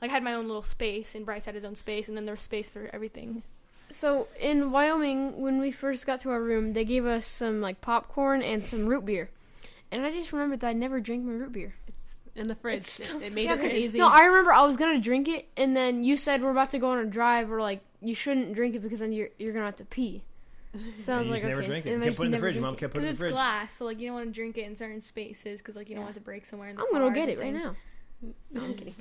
Speaker 4: like I had my own little space and Bryce had his own space, and then there was space for everything.
Speaker 3: So in Wyoming, when we first got to our room, they gave us some like popcorn and some root beer, and I just remembered that I never drank my root beer.
Speaker 2: It's in the fridge.
Speaker 4: It's
Speaker 2: It,
Speaker 4: still
Speaker 2: it made
Speaker 3: Yeah,
Speaker 2: it
Speaker 3: 'cause-
Speaker 2: easy.
Speaker 3: No, I remember I was gonna drink it, and then you said we're about to go on a drive, or like you shouldn't drink it because then you're you're gonna have to pee. So I
Speaker 1: And
Speaker 3: was
Speaker 1: you
Speaker 3: like,
Speaker 1: just never
Speaker 3: okay.
Speaker 1: drank it.
Speaker 3: And
Speaker 1: You
Speaker 3: I
Speaker 1: kept
Speaker 3: just
Speaker 1: putting it in the
Speaker 3: never
Speaker 1: fridge. Your
Speaker 3: drank
Speaker 1: Mom
Speaker 3: it.
Speaker 1: kept
Speaker 4: Because
Speaker 1: putting it in the
Speaker 4: it's
Speaker 1: fridge.
Speaker 4: glass, so like you don't want to drink it in certain spaces because like you don't
Speaker 3: Yeah.
Speaker 4: want to break somewhere. In the
Speaker 3: I'm gonna
Speaker 4: car
Speaker 3: go
Speaker 4: or
Speaker 3: get it right
Speaker 4: anything.
Speaker 3: now. No, I'm kidding.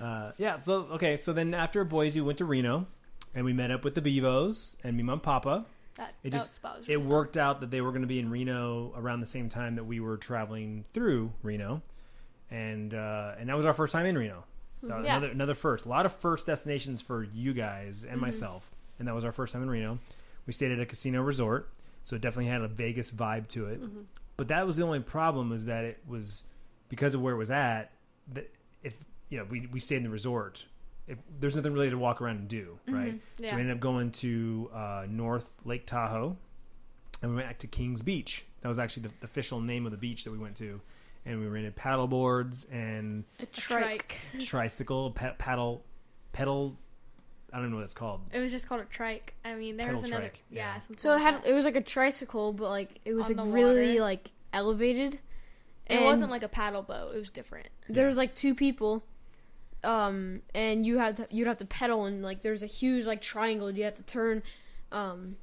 Speaker 1: Uh, yeah. So okay. So then after Boise, we went to Reno, and we met up with the Bevos and me, mom, papa.
Speaker 4: That,
Speaker 1: It
Speaker 4: it
Speaker 1: just-
Speaker 4: just spot was
Speaker 1: It worked out that they were going to be in Reno around the same time that we were traveling through Reno, and uh, and that was our first time in Reno. Uh,
Speaker 4: Yeah.
Speaker 1: Another another first. A lot of first destinations for you guys and myself, and that was our first time in Reno. We stayed at a casino resort, so it definitely had a Vegas vibe to it. But that was the only problem is that it was because of where it was at. That if you know we we stayed in the resort, if, there's nothing really to walk around and do, right?
Speaker 4: Mhm,
Speaker 1: So
Speaker 4: yeah.
Speaker 1: we ended up going to uh, North Lake Tahoe, and we went back to Kings Beach. That was actually the, the official name of the beach that we went to, and we rented paddle boards and
Speaker 3: A
Speaker 4: a
Speaker 3: trike.
Speaker 4: trike.
Speaker 1: tricycle pa- paddle pedal. I don't know what it's called.
Speaker 4: It was just called a trike. I mean, there
Speaker 1: Pedal
Speaker 4: was another.
Speaker 1: trike,
Speaker 4: Yeah.
Speaker 1: yeah.
Speaker 4: something
Speaker 3: So it
Speaker 4: like
Speaker 3: had
Speaker 4: that.
Speaker 3: it was like a tricycle, but like it was
Speaker 4: On
Speaker 3: like
Speaker 4: the
Speaker 3: really
Speaker 4: water.
Speaker 3: like elevated.
Speaker 4: It
Speaker 3: and-
Speaker 4: wasn't like a paddle boat. It was different.
Speaker 3: there was like two people um and you had to, you'd have to pedal and like there's a huge like triangle you had to turn um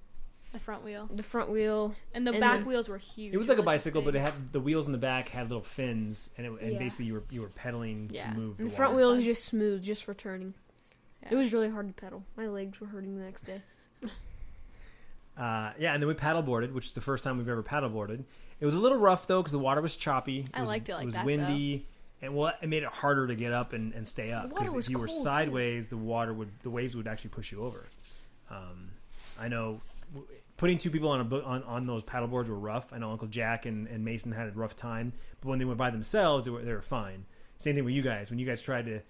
Speaker 4: The front wheel
Speaker 3: the front wheel
Speaker 4: and the
Speaker 3: And
Speaker 4: back
Speaker 3: then-
Speaker 4: wheels were huge.
Speaker 1: It was like a
Speaker 4: just
Speaker 1: bicycle, but
Speaker 4: big.
Speaker 1: it had the wheels in the back had little fins, and, it, and
Speaker 3: Yeah.
Speaker 1: basically you were you were pedaling
Speaker 4: Yeah.
Speaker 1: to move the,
Speaker 3: and the front
Speaker 1: water.
Speaker 3: wheel
Speaker 4: fun.
Speaker 3: was just smooth just for turning
Speaker 4: Yeah.
Speaker 3: it was really hard to pedal my legs were hurting the next day
Speaker 1: Uh, yeah, and then we paddleboarded, which is the first time we've ever paddleboarded. It was a little rough though because the water was choppy. It
Speaker 4: I
Speaker 1: was,
Speaker 4: liked it like
Speaker 1: It was
Speaker 4: that,
Speaker 1: windy, and well, it made it harder to get up and, and stay up
Speaker 3: The water
Speaker 1: because if
Speaker 3: was
Speaker 1: you were
Speaker 3: cold, too.
Speaker 1: sideways, the water would the waves would actually push you over. Um, I know w- putting two people on a bo- on, on those paddleboards were rough. I know Uncle Jack and, and Mason had a rough time, but when they went by themselves, they were they were fine. Same thing with you guys. When you guys tried to,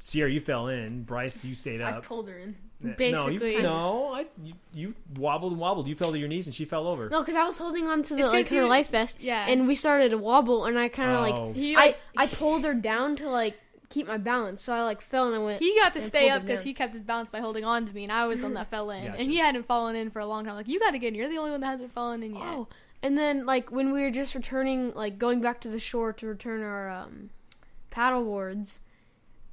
Speaker 1: Sierra, you fell in. Bryce, you stayed
Speaker 3: i
Speaker 1: up.
Speaker 3: pulled her in
Speaker 1: Uh, Yeah. No,
Speaker 3: basically.
Speaker 1: you, no I, you, you wobbled and wobbled. You fell to your knees and she fell over.
Speaker 3: no because i was holding on to the
Speaker 4: It's
Speaker 3: like
Speaker 4: 'cause
Speaker 3: her
Speaker 4: you-
Speaker 3: life vest
Speaker 4: yeah.
Speaker 3: and we started to wobble and i kind of
Speaker 1: Oh.
Speaker 3: like,
Speaker 4: He, like-
Speaker 3: I, I pulled her down to like keep my balance so i like fell and i went
Speaker 4: He got to
Speaker 3: and
Speaker 4: stay
Speaker 3: pulled
Speaker 4: up
Speaker 3: him
Speaker 4: because
Speaker 3: down.
Speaker 4: he kept his balance by holding on to me, and I was the one that fell in.
Speaker 1: Gotcha.
Speaker 4: And he hadn't fallen in for a long time. Like you got to get in. You're the only one that hasn't fallen in yet.
Speaker 3: Oh, and then like when we were just returning, like going back to the shore to return our um, paddle boards.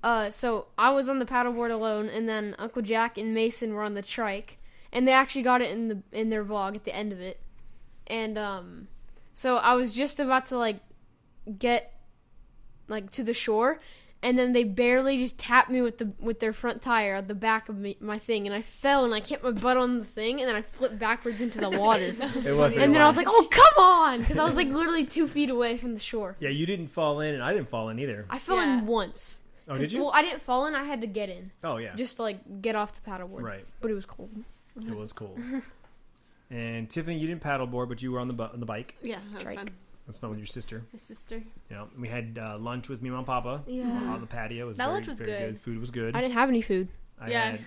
Speaker 3: Uh, so I was on the paddleboard alone, and then Uncle Jack and Mason were on the trike, and they actually got it in the in their vlog at the end of it. And um, so I was just about to like get like to the shore, and then they barely just tapped me with the with their front tire at the back of me, my thing, and I fell and I hit my butt on the thing, and then I flipped backwards into the water.
Speaker 1: It was
Speaker 3: And then I was like, "Oh, come on!" Because I was like literally two feet away from the shore.
Speaker 1: yeah, you didn't fall in, and I didn't fall in either.
Speaker 3: I fell
Speaker 4: Yeah.
Speaker 3: in once.
Speaker 1: Oh, did
Speaker 3: 'Cause-
Speaker 1: you?
Speaker 3: Well, I didn't fall in. I had to get in
Speaker 1: Oh, yeah.
Speaker 3: just to like get off the paddleboard.
Speaker 1: Right.
Speaker 3: But it was cold.
Speaker 1: It was cool. and Tiffany, you didn't paddleboard, but you were on the bu- on the bike.
Speaker 2: yeah, that was
Speaker 3: Trike.
Speaker 2: fun.
Speaker 1: That's fun with your sister.
Speaker 2: My sister.
Speaker 1: Yeah, and we had uh, lunch with me and my papa
Speaker 3: Yeah.
Speaker 2: Uh-huh.
Speaker 1: on the patio. It was
Speaker 4: That
Speaker 1: very,
Speaker 4: lunch was
Speaker 1: very good.
Speaker 4: good.
Speaker 1: Food was good.
Speaker 3: I didn't have any food.
Speaker 1: I
Speaker 4: Yeah.
Speaker 1: had,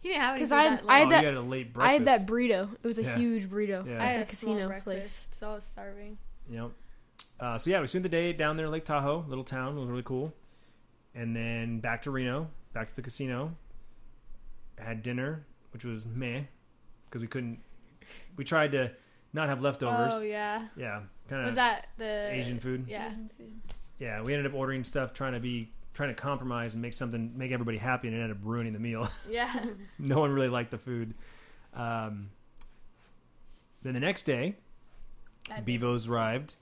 Speaker 4: He didn't have any.
Speaker 3: Because
Speaker 4: food
Speaker 3: I had-
Speaker 4: that
Speaker 3: I
Speaker 1: oh,
Speaker 4: long.
Speaker 3: had that-
Speaker 1: you had a late
Speaker 3: I
Speaker 1: breakfast.
Speaker 3: had that burrito. It was a
Speaker 1: Yeah.
Speaker 3: huge burrito.
Speaker 1: Yeah.
Speaker 4: I
Speaker 3: at
Speaker 4: had
Speaker 3: the
Speaker 4: a small
Speaker 3: casino place.
Speaker 4: breakfast, so I was starving.
Speaker 1: Yep. Uh, so yeah, we spent the day down there in Lake Tahoe, little town. It was really cool. And then back to Reno, back to the casino. Had dinner, which was meh, because we couldn't. We tried to not have leftovers.
Speaker 4: Oh yeah.
Speaker 1: yeah. kind
Speaker 4: Was
Speaker 1: of
Speaker 4: that the
Speaker 1: Asian food. Yeah.
Speaker 4: Yeah.
Speaker 1: we ended up ordering stuff, trying to be trying to compromise and make something make everybody happy, and it ended up ruining the meal.
Speaker 4: Yeah.
Speaker 1: no one really liked the food. Um, then the next day, Bevo's arrived.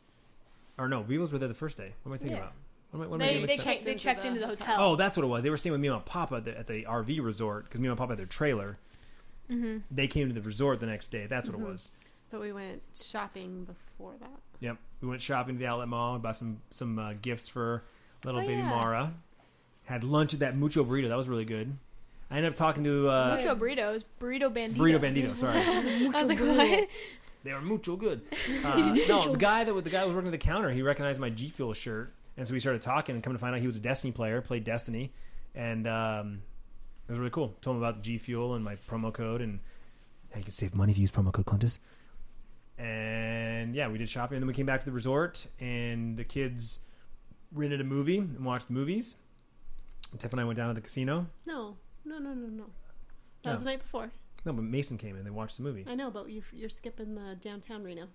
Speaker 1: Or no, Bevo's were there the first day. What am I thinking
Speaker 4: Yeah.
Speaker 1: about? What am I, what am I
Speaker 4: They,
Speaker 1: getting
Speaker 4: they,
Speaker 1: mixed up?
Speaker 4: checked, they checked into the hotel.
Speaker 1: Oh, that's what it was. They were staying with me and Papa at the, at the RV resort because me and Papa had their trailer.
Speaker 4: Mm-hmm.
Speaker 1: They came to the resort the next day. That's what
Speaker 2: Mhm.
Speaker 1: it was.
Speaker 2: But we went shopping before that.
Speaker 1: Yep. We went shopping to the outlet mall. We bought some some uh, gifts for little
Speaker 4: Oh,
Speaker 1: baby
Speaker 4: yeah.
Speaker 1: Mara. Had lunch at that Mucho Burrito. That was really good. I ended up talking to uh,
Speaker 4: Mucho burritos, burrito bandito.
Speaker 1: Burrito Bandito. Sorry.
Speaker 4: I was like, what?
Speaker 1: They were mucho good. Uh, no, the guy that was, the guy who was working at the counter, he recognized my G Fuel shirt, and so we started talking. And come to find out, he was a Destiny player, played Destiny, and um, It was really cool. Told him about G Fuel and my promo code and how you can save money if you use promo code Clintus. And yeah, we did shopping. And then we came back to the resort and the kids rented a movie and watched movies. Tiff and I went down to the casino.
Speaker 2: No, no, no, no, no. That was
Speaker 1: No.
Speaker 2: the night before.
Speaker 1: No, but Mason came in. They watched the movie.
Speaker 2: I know, but you, you're skipping the downtown Reno.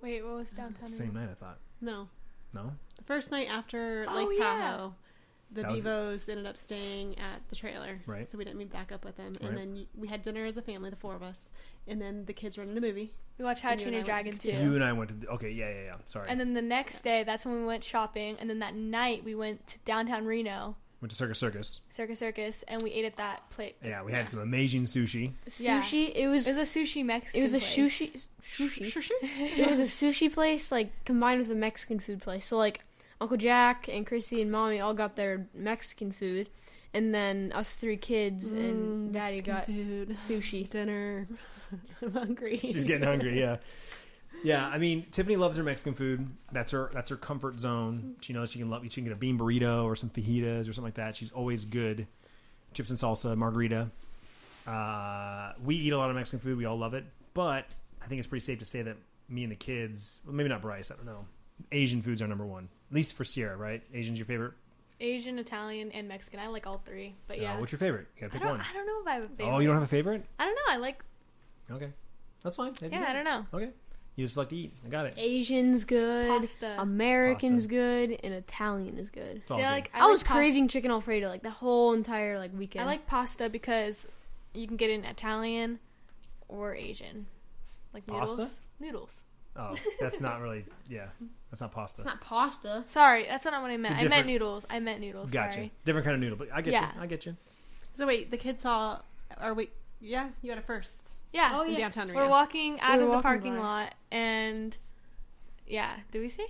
Speaker 4: Wait, what was downtown?
Speaker 1: Same night, I thought.
Speaker 2: No,
Speaker 1: No?
Speaker 2: the first night after
Speaker 4: Oh,
Speaker 2: Lake
Speaker 4: yeah.
Speaker 2: Tahoe, the
Speaker 1: That was the-
Speaker 2: Vivos ended up staying at the trailer,
Speaker 1: Right.
Speaker 2: So we didn't meet back up with them.
Speaker 1: Right.
Speaker 2: And then you, we had dinner as a family, the four of us, and then the kids rented a movie.
Speaker 4: We watched How to
Speaker 2: You
Speaker 4: Train
Speaker 2: and I
Speaker 4: Your
Speaker 2: went to
Speaker 4: Dragon
Speaker 2: the
Speaker 4: too.
Speaker 2: casino.
Speaker 1: You and I went to. The, okay, yeah, yeah, yeah. Sorry.
Speaker 4: And then the next day, that's when we went shopping. And then that night, we went to downtown Reno,
Speaker 1: went to Circus Circus.
Speaker 4: Circus Circus, and we ate at that place.
Speaker 1: Yeah, we had some amazing sushi.
Speaker 4: Yeah.
Speaker 3: Sushi. It was
Speaker 4: It was a sushi Mexican.
Speaker 3: it was a
Speaker 4: place.
Speaker 3: sushi sushi.
Speaker 2: Sure,
Speaker 3: It was a sushi place like combined with a Mexican food place. So like Uncle Jack and Chrissy and Mommy all got their Mexican food, and then us three kids
Speaker 4: Mm,
Speaker 3: and Mm, Daddy got
Speaker 2: food,
Speaker 3: sushi.
Speaker 2: dinner. I'm hungry.
Speaker 1: She's getting hungry. Yeah, yeah. I mean, Tiffany loves her Mexican food. That's her. That's her comfort zone. She knows she can love. She can get a bean burrito or some fajitas or something like that. She's always good. Chips and salsa, margarita. Uh, we eat a lot of Mexican food. We all love it. But I think it's pretty safe to say that me and the kids, well, maybe not Bryce. I don't know. Asian food's our number one, at least for Sierra. Right? Asian's your favorite.
Speaker 4: Asian, Italian, and Mexican. I like all three, but
Speaker 1: Uh,
Speaker 4: yeah.
Speaker 1: what's your favorite? You gotta
Speaker 4: I
Speaker 1: pick
Speaker 4: don't.
Speaker 1: one.
Speaker 4: I don't know if I have a favorite.
Speaker 1: Oh, you don't have a favorite?
Speaker 4: I don't know. I like.
Speaker 1: Okay, that's fine.
Speaker 4: Yeah, I don't know.
Speaker 1: Okay, you just like to eat. I got it.
Speaker 3: Asians good,
Speaker 4: Pasta.
Speaker 3: Americans
Speaker 1: Pasta.
Speaker 3: good, and Italian is good.
Speaker 1: It's
Speaker 4: See,
Speaker 1: all
Speaker 4: I
Speaker 1: good.
Speaker 4: like.
Speaker 3: I,
Speaker 4: like
Speaker 3: was
Speaker 4: pasta.
Speaker 3: craving chicken alfredo like the whole entire like weekend.
Speaker 4: I like pasta because you can get it in Italian or Asian, like noodles.
Speaker 1: Pasta?
Speaker 4: Noodles.
Speaker 1: Oh, that's not really. Yeah, that's not pasta.
Speaker 3: it's not pasta.
Speaker 4: Sorry, that's not what I meant.
Speaker 1: a
Speaker 4: I meant
Speaker 1: different-
Speaker 4: noodles. I meant noodles.
Speaker 1: gotcha.
Speaker 4: oh, Sorry.
Speaker 1: Different kind of noodle, but I get
Speaker 4: Yeah.
Speaker 1: you. I get you.
Speaker 2: So wait, the kids saw. Are we? Yeah, you had a first.
Speaker 4: Yeah.
Speaker 3: Oh,
Speaker 2: in
Speaker 3: yeah.
Speaker 2: downtown Reno.
Speaker 4: We're walking out
Speaker 3: We're
Speaker 4: of the
Speaker 3: walking
Speaker 4: parking
Speaker 3: by.
Speaker 4: lot, and yeah, do we see?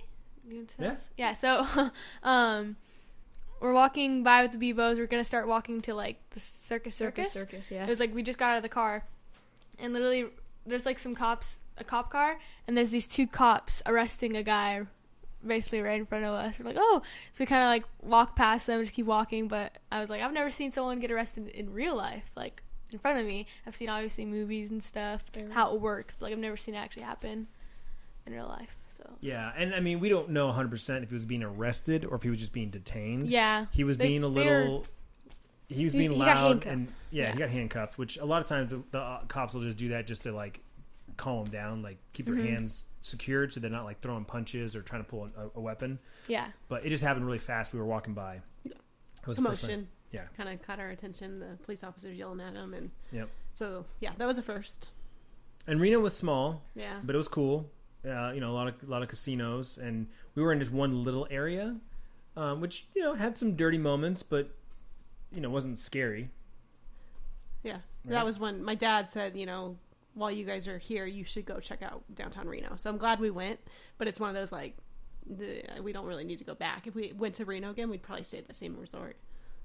Speaker 4: You can tell
Speaker 1: Yeah.
Speaker 4: us? Yeah. So, um, we're walking by with the Bebos. We're gonna start walking to like the circus, circus.
Speaker 3: circus, circus yeah.
Speaker 4: It was like we just got out of the car, and literally, there's like some cops, a cop car, and there's these two cops arresting a guy, basically right in front of us. We're like, oh, so we kind of like walk past them, just keep walking. But I was like, I've never seen someone get arrested in real life, like in front of me. I've seen obviously movies and stuff,
Speaker 3: Yeah.
Speaker 4: how it works, but like I've never seen it actually happen in real life. So
Speaker 1: Yeah, and I mean, we don't know 100 percent if he was being arrested or if he was just being detained.
Speaker 4: yeah,
Speaker 1: he was
Speaker 4: They-
Speaker 1: being a
Speaker 4: they're-
Speaker 1: little. He was
Speaker 3: He-
Speaker 1: being
Speaker 3: he got
Speaker 1: loud, and
Speaker 3: handcuffed.
Speaker 1: yeah, he
Speaker 4: Yeah.
Speaker 1: got handcuffed. Which a lot of times the, the uh, cops will just do that just to like calm him down, like keep their
Speaker 4: Mhm.
Speaker 1: hands secured so they're not like throwing punches or trying to pull an, a, a weapon.
Speaker 4: yeah.
Speaker 1: But it just happened really fast. We were walking by.
Speaker 2: Yeah.
Speaker 1: It was the first time.
Speaker 2: commotion.
Speaker 1: Yeah.
Speaker 2: Kind of caught our attention. The police officers yelling at him, and
Speaker 1: Yep.
Speaker 2: So yeah, that was a first.
Speaker 1: And Reno was small.
Speaker 2: Yeah.
Speaker 1: but it was cool. Uh, you know, a lot of a lot of casinos, and we were in just one little area, um, which you know had some dirty moments, but you know wasn't scary.
Speaker 2: Yeah,
Speaker 1: Right.
Speaker 2: that was when my dad said, you know, while you guys are here, you should go check out downtown Reno. So I'm glad we went, but it's one of those like, the, we don't really need to go back. If we went to Reno again, we'd probably stay at the same resort.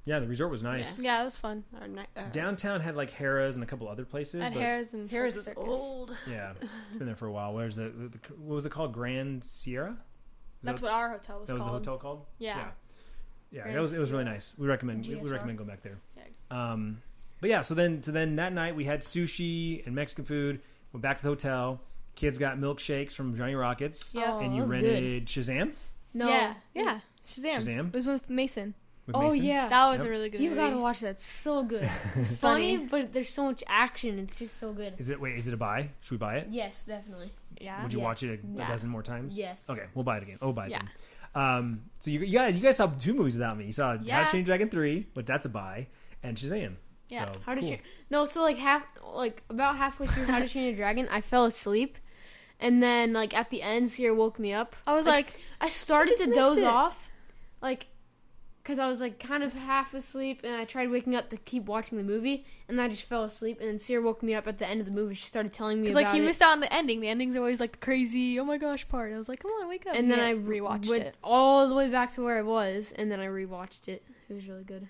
Speaker 1: Yeah, the resort was nice.
Speaker 4: Yeah, it was fun.
Speaker 2: Our ni- uh,
Speaker 1: Downtown had like Harrah's and a couple other places,
Speaker 4: At
Speaker 1: but
Speaker 4: Harris and
Speaker 2: Harris is
Speaker 4: Circus Circus.
Speaker 2: old.
Speaker 1: yeah, it's been there for a while. Where's the, the, the what was it called? Grand Sierra.
Speaker 4: That's what our hotel was
Speaker 1: that was
Speaker 4: called.
Speaker 1: the hotel called.
Speaker 4: Yeah.
Speaker 1: Yeah,
Speaker 4: Grand
Speaker 1: that was it was really
Speaker 4: Sierra.
Speaker 1: nice. We recommend we, we
Speaker 3: GSR.
Speaker 1: recommend going back there. Um, but yeah, so then so then that night we had sushi and Mexican food. Went back to the hotel. Kids got milkshakes from Johnny Rockets,
Speaker 4: Yeah.
Speaker 3: Oh,
Speaker 1: and
Speaker 3: that
Speaker 1: you
Speaker 3: was
Speaker 1: rented Shazam
Speaker 3: No.
Speaker 4: Yeah, yeah. Shazam.
Speaker 1: Shazam?
Speaker 4: It was with Mason.
Speaker 1: with
Speaker 3: Oh
Speaker 1: Mason.
Speaker 3: yeah.
Speaker 4: That was
Speaker 1: Yep.
Speaker 4: a really good.
Speaker 3: you
Speaker 4: movie.
Speaker 3: gotta watch that. It's so good.
Speaker 4: It's
Speaker 3: funny, but there's so much action. It's just so good.
Speaker 1: Is it wait? Is it a buy? Should we buy it?
Speaker 3: Yes, definitely.
Speaker 4: Yeah.
Speaker 1: Would you
Speaker 3: Yeah.
Speaker 1: watch it a, a
Speaker 4: Yeah.
Speaker 1: dozen more times?
Speaker 3: Yes.
Speaker 1: Okay, we'll buy it again. Oh, buy it
Speaker 4: Yeah.
Speaker 1: again. Um, so you, you guys, you guys saw two movies without me. You saw How
Speaker 4: Yeah.
Speaker 1: to Change Dragon Three, but that's a buy, and Shazam.
Speaker 4: Yeah.
Speaker 1: So,
Speaker 3: How did
Speaker 1: cool.
Speaker 3: you? No, so like half, like about halfway through How to Train Your Dragon, I fell asleep, and then like at the end, Sierra woke me up.
Speaker 4: I was like,
Speaker 3: I started
Speaker 4: just
Speaker 3: to
Speaker 4: missed
Speaker 3: doze
Speaker 4: it.
Speaker 3: off, like, cause I was like kind of half asleep, and I tried waking up to keep watching the movie, and I just fell asleep. And then Sierra woke me up at the end of the movie. She started telling me
Speaker 4: because
Speaker 3: about
Speaker 4: like he
Speaker 3: it,
Speaker 4: missed out on the ending. The endings are always like the crazy, oh my gosh part. I was like, come on, wake up.
Speaker 3: and then
Speaker 4: Yeah,
Speaker 3: I
Speaker 4: rewatched
Speaker 3: went
Speaker 4: it.
Speaker 3: all the way back to where I was, and then I rewatched it. It was really good.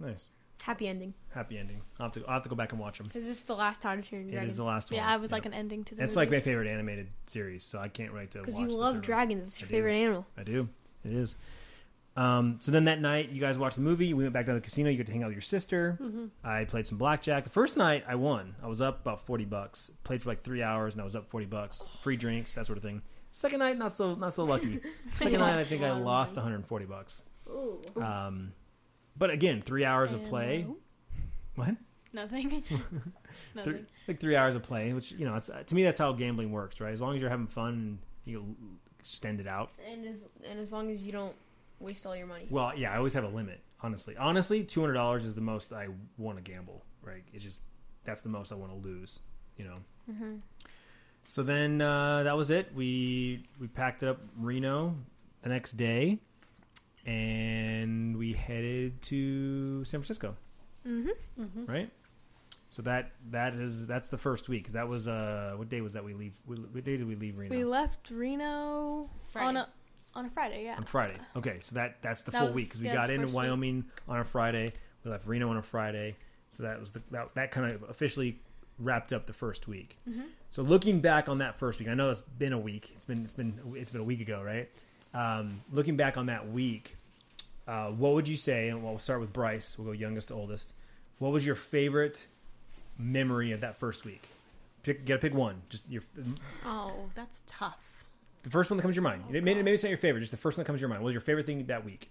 Speaker 1: Nice,
Speaker 3: Happy ending,
Speaker 1: happy ending. I'll have to, I'll have to go back and watch them.
Speaker 3: cause this is the last How to Train Your
Speaker 1: It
Speaker 3: Dragon.
Speaker 1: is the last one.
Speaker 4: Yeah, I was
Speaker 1: Yep.
Speaker 4: like an ending to the.
Speaker 1: It's like my
Speaker 4: movies.
Speaker 1: favorite animated series, so I can't wait to watch.
Speaker 3: Because you
Speaker 1: the
Speaker 3: love
Speaker 1: third one.
Speaker 3: dragons. It's
Speaker 1: I
Speaker 3: your
Speaker 1: do.
Speaker 3: favorite animal.
Speaker 1: I do. It is. Um, so then that night, you guys watched the movie. We went back down to the casino. You got to hang out with your sister.
Speaker 4: Mm-hmm.
Speaker 1: I played some blackjack. The first night, I won. I was up about forty bucks. Played for like three hours, and I was up forty bucks. Free drinks, that sort of thing. Second night, not so not so lucky. Second night, I think I lost one hundred and forty bucks.
Speaker 3: Ooh.
Speaker 1: Um, but again, three hours of
Speaker 4: And
Speaker 1: play.
Speaker 4: no.
Speaker 1: What?
Speaker 4: Nothing. Nothing.
Speaker 1: Three, like three hours of play, which you know, it's, uh, to me, that's how gambling works, right? As long as you're having fun, you extend it out.
Speaker 3: And as and as long as you don't waste all your money.
Speaker 1: Well, yeah, I always have a limit. Honestly, honestly, two hundred dollars is the most I want to gamble. Right? It's just that's the most I want to lose. You know. So then uh, that was it. We we packed it up Reno the next day, and we headed to San Francisco.
Speaker 2: Mm-hmm.
Speaker 1: Right. So that that is that's the first week. 'cause that was uh what day was that we leave? What, what day did we leave Reno?
Speaker 4: We left Reno on
Speaker 3: Friday.
Speaker 4: a on a Friday. Yeah.
Speaker 1: on Friday. Okay, so that that's the
Speaker 4: That
Speaker 1: full
Speaker 4: was-
Speaker 1: week because we
Speaker 4: yeah,
Speaker 1: got
Speaker 4: it's
Speaker 1: into
Speaker 4: first week.
Speaker 1: Wyoming on a Friday. We left Reno on a Friday, so that was the that, that kind of officially wrapped up the first week.
Speaker 4: Mm-hmm.
Speaker 1: So looking back on that first week, I know it's been a week. It's been it's been it's been a week ago, right? Um, looking back on that week, uh, what would you say? And we'll start with Bryce. We'll go youngest to oldest. What was your favorite memory of that first week? Pick, you gotta pick one. Just your
Speaker 2: Oh, that's tough.
Speaker 1: the first one that comes to your mind. It may- maybe it's not your favorite. Just the first one that comes to your mind. What was your favorite thing that week?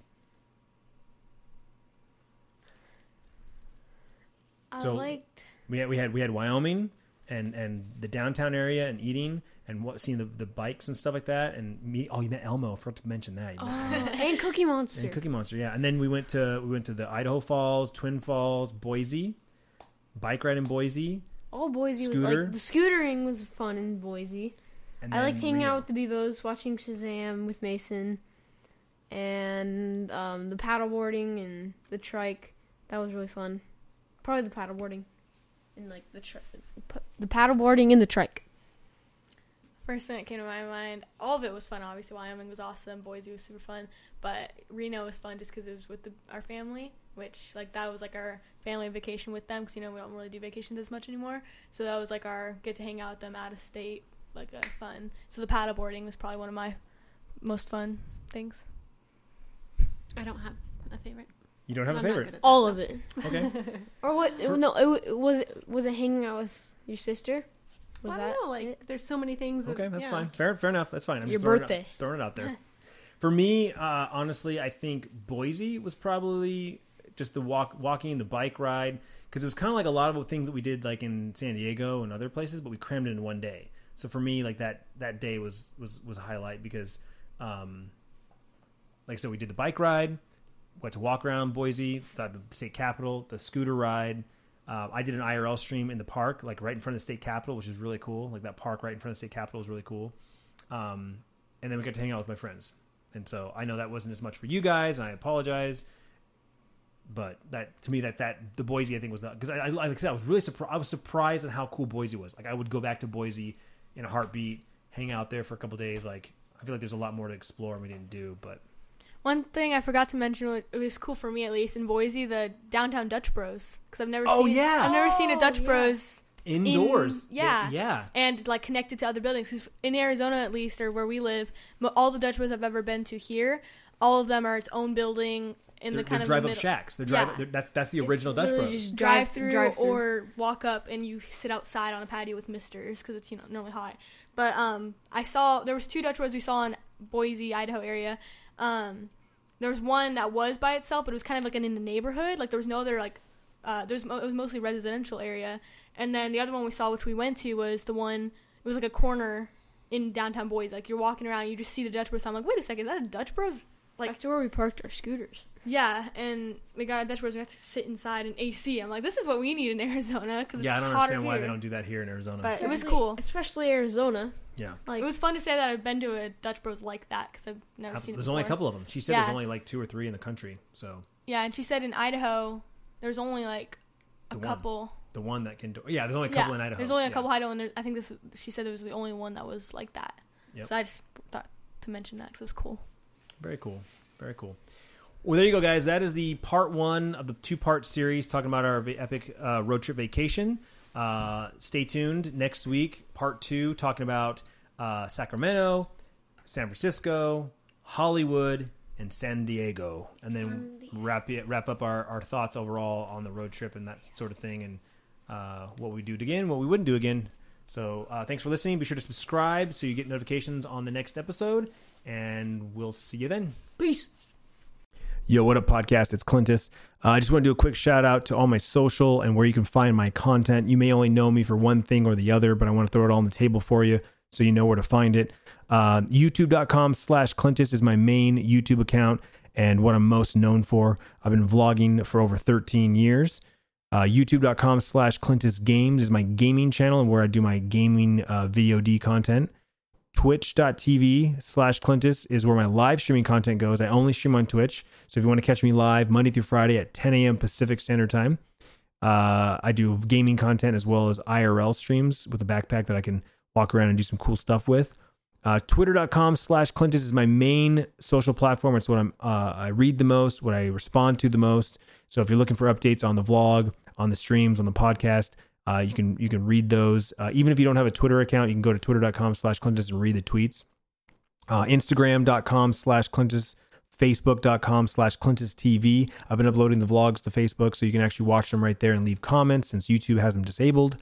Speaker 1: So-
Speaker 3: I liked
Speaker 1: We had, we had we had Wyoming and and the downtown area and eating and what seeing the, the bikes and stuff like that and meet oh you met Elmo I forgot to mention that you met Elmo.
Speaker 3: and Cookie Monster.
Speaker 1: and Cookie Monster yeah and then we went to we went to the Idaho Falls Twin Falls Boise bike ride in Boise
Speaker 3: all Boise
Speaker 1: Scooter.
Speaker 3: was like the scootering was fun in Boise.
Speaker 1: and
Speaker 3: I
Speaker 1: then
Speaker 3: liked hanging
Speaker 1: Reno.
Speaker 3: out with the Bevos, watching Shazam with Mason, and um, the paddleboarding and the trike. That was really fun. Probably the paddleboarding, and like the tri- the paddleboarding and the trike.
Speaker 4: First thing that came to my mind, all of it was fun. Obviously, Wyoming was awesome. Boise was super fun, but Reno was fun just because it was with the, our family, which like that was like our family vacation with them. Because you know we don't really do vacations as much anymore, so that was like our get to hang out with them out of state, like uh, fun. So the paddleboarding was probably one of my most fun things.
Speaker 2: I don't have a favorite.
Speaker 1: you don't have a
Speaker 2: I'm not good
Speaker 1: favorite
Speaker 2: at that.
Speaker 3: All of it.
Speaker 1: okay
Speaker 3: Or what?
Speaker 1: For-
Speaker 3: no, it, w- was it was it hanging out with your sister? Was
Speaker 2: I
Speaker 3: that
Speaker 2: don't know. Like,
Speaker 3: it?
Speaker 2: there's so many things.
Speaker 1: okay
Speaker 2: that,
Speaker 1: that's
Speaker 2: yeah.
Speaker 1: fine fair fair enough that's fine I'm
Speaker 3: Your
Speaker 1: just throwing it out-
Speaker 3: birthday.
Speaker 1: throwing it out there for me uh, honestly I think Boise was probably just the walk walking the bike ride because it was kind of like a lot of things that we did like in San Diego and other places, but we crammed it in one day. So for me, like that that day was was was a highlight because, um, like I said, we did the bike ride, went to walk around Boise, the the state capitol, the scooter ride. Um, I did an IRL stream in the park, like right in front of the state capitol, which is really cool. Like that park right in front of the state capitol is really cool. Um, and then we got to hang out with my friends, and so I know that wasn't as much for you guys, and I apologize but that to me that that the Boise I think was the because I, I like I said I was really surprised I was surprised at how cool Boise was like I would go back to Boise in a heartbeat hang out there for a couple days like I feel like there's a lot more to explore and we didn't do but
Speaker 4: One thing I forgot to mention wa- it was cool for me at least in Boise the downtown Dutch Bros because I've never
Speaker 1: Oh,
Speaker 4: seen
Speaker 1: yeah.
Speaker 4: I've never seen a
Speaker 3: Oh,
Speaker 4: Dutch
Speaker 3: yeah.
Speaker 4: Bros
Speaker 1: indoors
Speaker 4: In- yeah.
Speaker 1: they- yeah
Speaker 4: and like connected to other buildings. 'Cause in Arizona, at least, or where we live, mo- all the Dutch Bros I've ever been to here, all of them are its own building in
Speaker 1: they're,
Speaker 4: the kind
Speaker 1: they're drive
Speaker 4: of the
Speaker 1: up
Speaker 4: middle.
Speaker 1: shacks they're drive
Speaker 4: Yeah.
Speaker 1: they're- that's that's the original Dutch Bros
Speaker 4: Drive through or walk up and you sit outside on a patio with misters because it's you know normally hot. But um, I saw there was two Dutch Bros we saw in Boise, Idaho area. Um, there was one that was by itself, but it was kind of like in, in the neighborhood. Like there was no other like uh, there's mo- it was mostly residential area. And then the other one we saw, which we went to, was the one it was like a corner in downtown Boise. Like you're walking around, you just see the Dutch Bros. I'm like, wait a second, is that a Dutch Bros? like-
Speaker 3: that's where we parked our scooters.
Speaker 4: Yeah, and the guy at Dutch Bros, we have to sit inside an AC. I'm like, this is what we need in Arizona because
Speaker 1: yeah I
Speaker 4: it's
Speaker 1: don't
Speaker 4: hotter
Speaker 1: understand why they
Speaker 4: here.
Speaker 1: don't do that here in Arizona
Speaker 4: But it was
Speaker 3: Especially-
Speaker 4: cool.
Speaker 3: especially Arizona.
Speaker 1: yeah
Speaker 3: Like
Speaker 4: It was fun to say that I've been to a Dutch Bros like that because I've never seen. it
Speaker 1: there's only a
Speaker 4: before.
Speaker 1: couple of them she said
Speaker 4: Yeah.
Speaker 1: there's only like two or three in the country so
Speaker 4: Yeah, and she said in Idaho, there's only like a
Speaker 1: The one.
Speaker 4: couple.
Speaker 1: the one that can do yeah there's only a couple
Speaker 4: yeah,
Speaker 1: in Idaho
Speaker 4: There's only a
Speaker 1: Yeah.
Speaker 4: couple in Idaho, and there, I think this. She said it was the only one that was like that.
Speaker 1: Yep.
Speaker 4: So I just thought to mention that because it's cool.
Speaker 1: Very cool. Very cool. Well, there you go, guys. That is the part one of the two part series talking about our va- epic uh, road trip vacation. Uh, stay tuned next week, part two, talking about uh, Sacramento, San Francisco, Hollywood, and San Diego, and then wrap it, wrap up our, our thoughts overall on the road trip and that sort of thing, and uh, what we do again, what we wouldn't do again. So uh, thanks for listening. Be sure to subscribe so you get notifications on the next episode, and we'll see you then.
Speaker 3: Peace.
Speaker 1: Yo, what up, podcast? It's Clintus. Uh, I just want to do a quick shout out to all my social and where you can find my content. You may only know me for one thing or the other, but I want to throw it all on the table for you so you know where to find it. Uh, YouTube.com slash Clintus is my main YouTube account and what I'm most known for. I've been vlogging for over 13 years. Uh, YouTube.com slash Clintus Games is my gaming channel and where I do my gaming uh, VOD content. Twitch.tv slash Clintus is where my live streaming content goes. I only stream on Twitch. So if you want to catch me live Monday through Friday at 10 a.m. Pacific Standard Time, uh, I do gaming content as well as IRL streams with a backpack that I can walk around and do some cool stuff with. Uh, Twitter.com slash Clintus is my main social platform. It's what I'm, uh, I read the most, what I respond to the most. So if you're looking for updates on the vlog, on the streams, on the podcast, uh, you can you can read those. Uh, even if you don't have a Twitter account, you can go to twitter.com slash Clintus and read the tweets. Uh, Instagram.com slash Clintus, Facebook.com slash Clintus TV. I've been uploading the vlogs to Facebook so you can actually watch them right there and leave comments since YouTube has them disabled.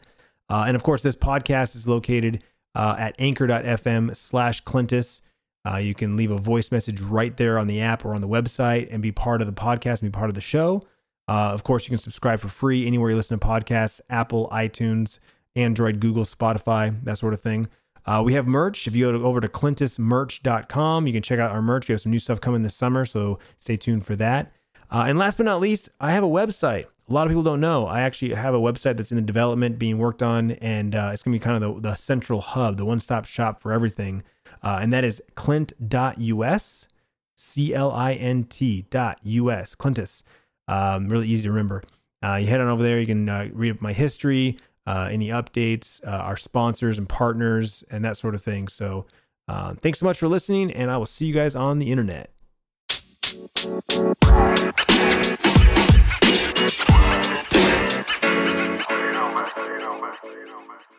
Speaker 1: Uh, and of course, this podcast is located uh, at anchor.fm slash Clintus. Uh, you can leave a voice message right there on the app or on the website and be part of the podcast and be part of the show. Uh, of course, you can subscribe for free anywhere you listen to podcasts Apple, iTunes, Android, Google, Spotify, that sort of thing. Uh, we have merch. If you go to, over to clintusmerch.com, you can check out our merch. We have some new stuff coming this summer, so stay tuned for that. Uh, and last but not least, I have a website. A lot of people don't know. I actually have a website that's in the development, being worked on, and uh, it's going to be kind of the, the central hub, the one stop shop for everything. Uh, and that is clint.us, C L I N T dot US, Clintus. Um, really easy to remember. Uh, you head on over there, you can uh, read up my history, uh, any updates, uh, our sponsors and partners, and that sort of thing. So uh, thanks so much for listening, and I will see you guys on the internet.
Speaker 5: You know, man. You know, man. You know, man.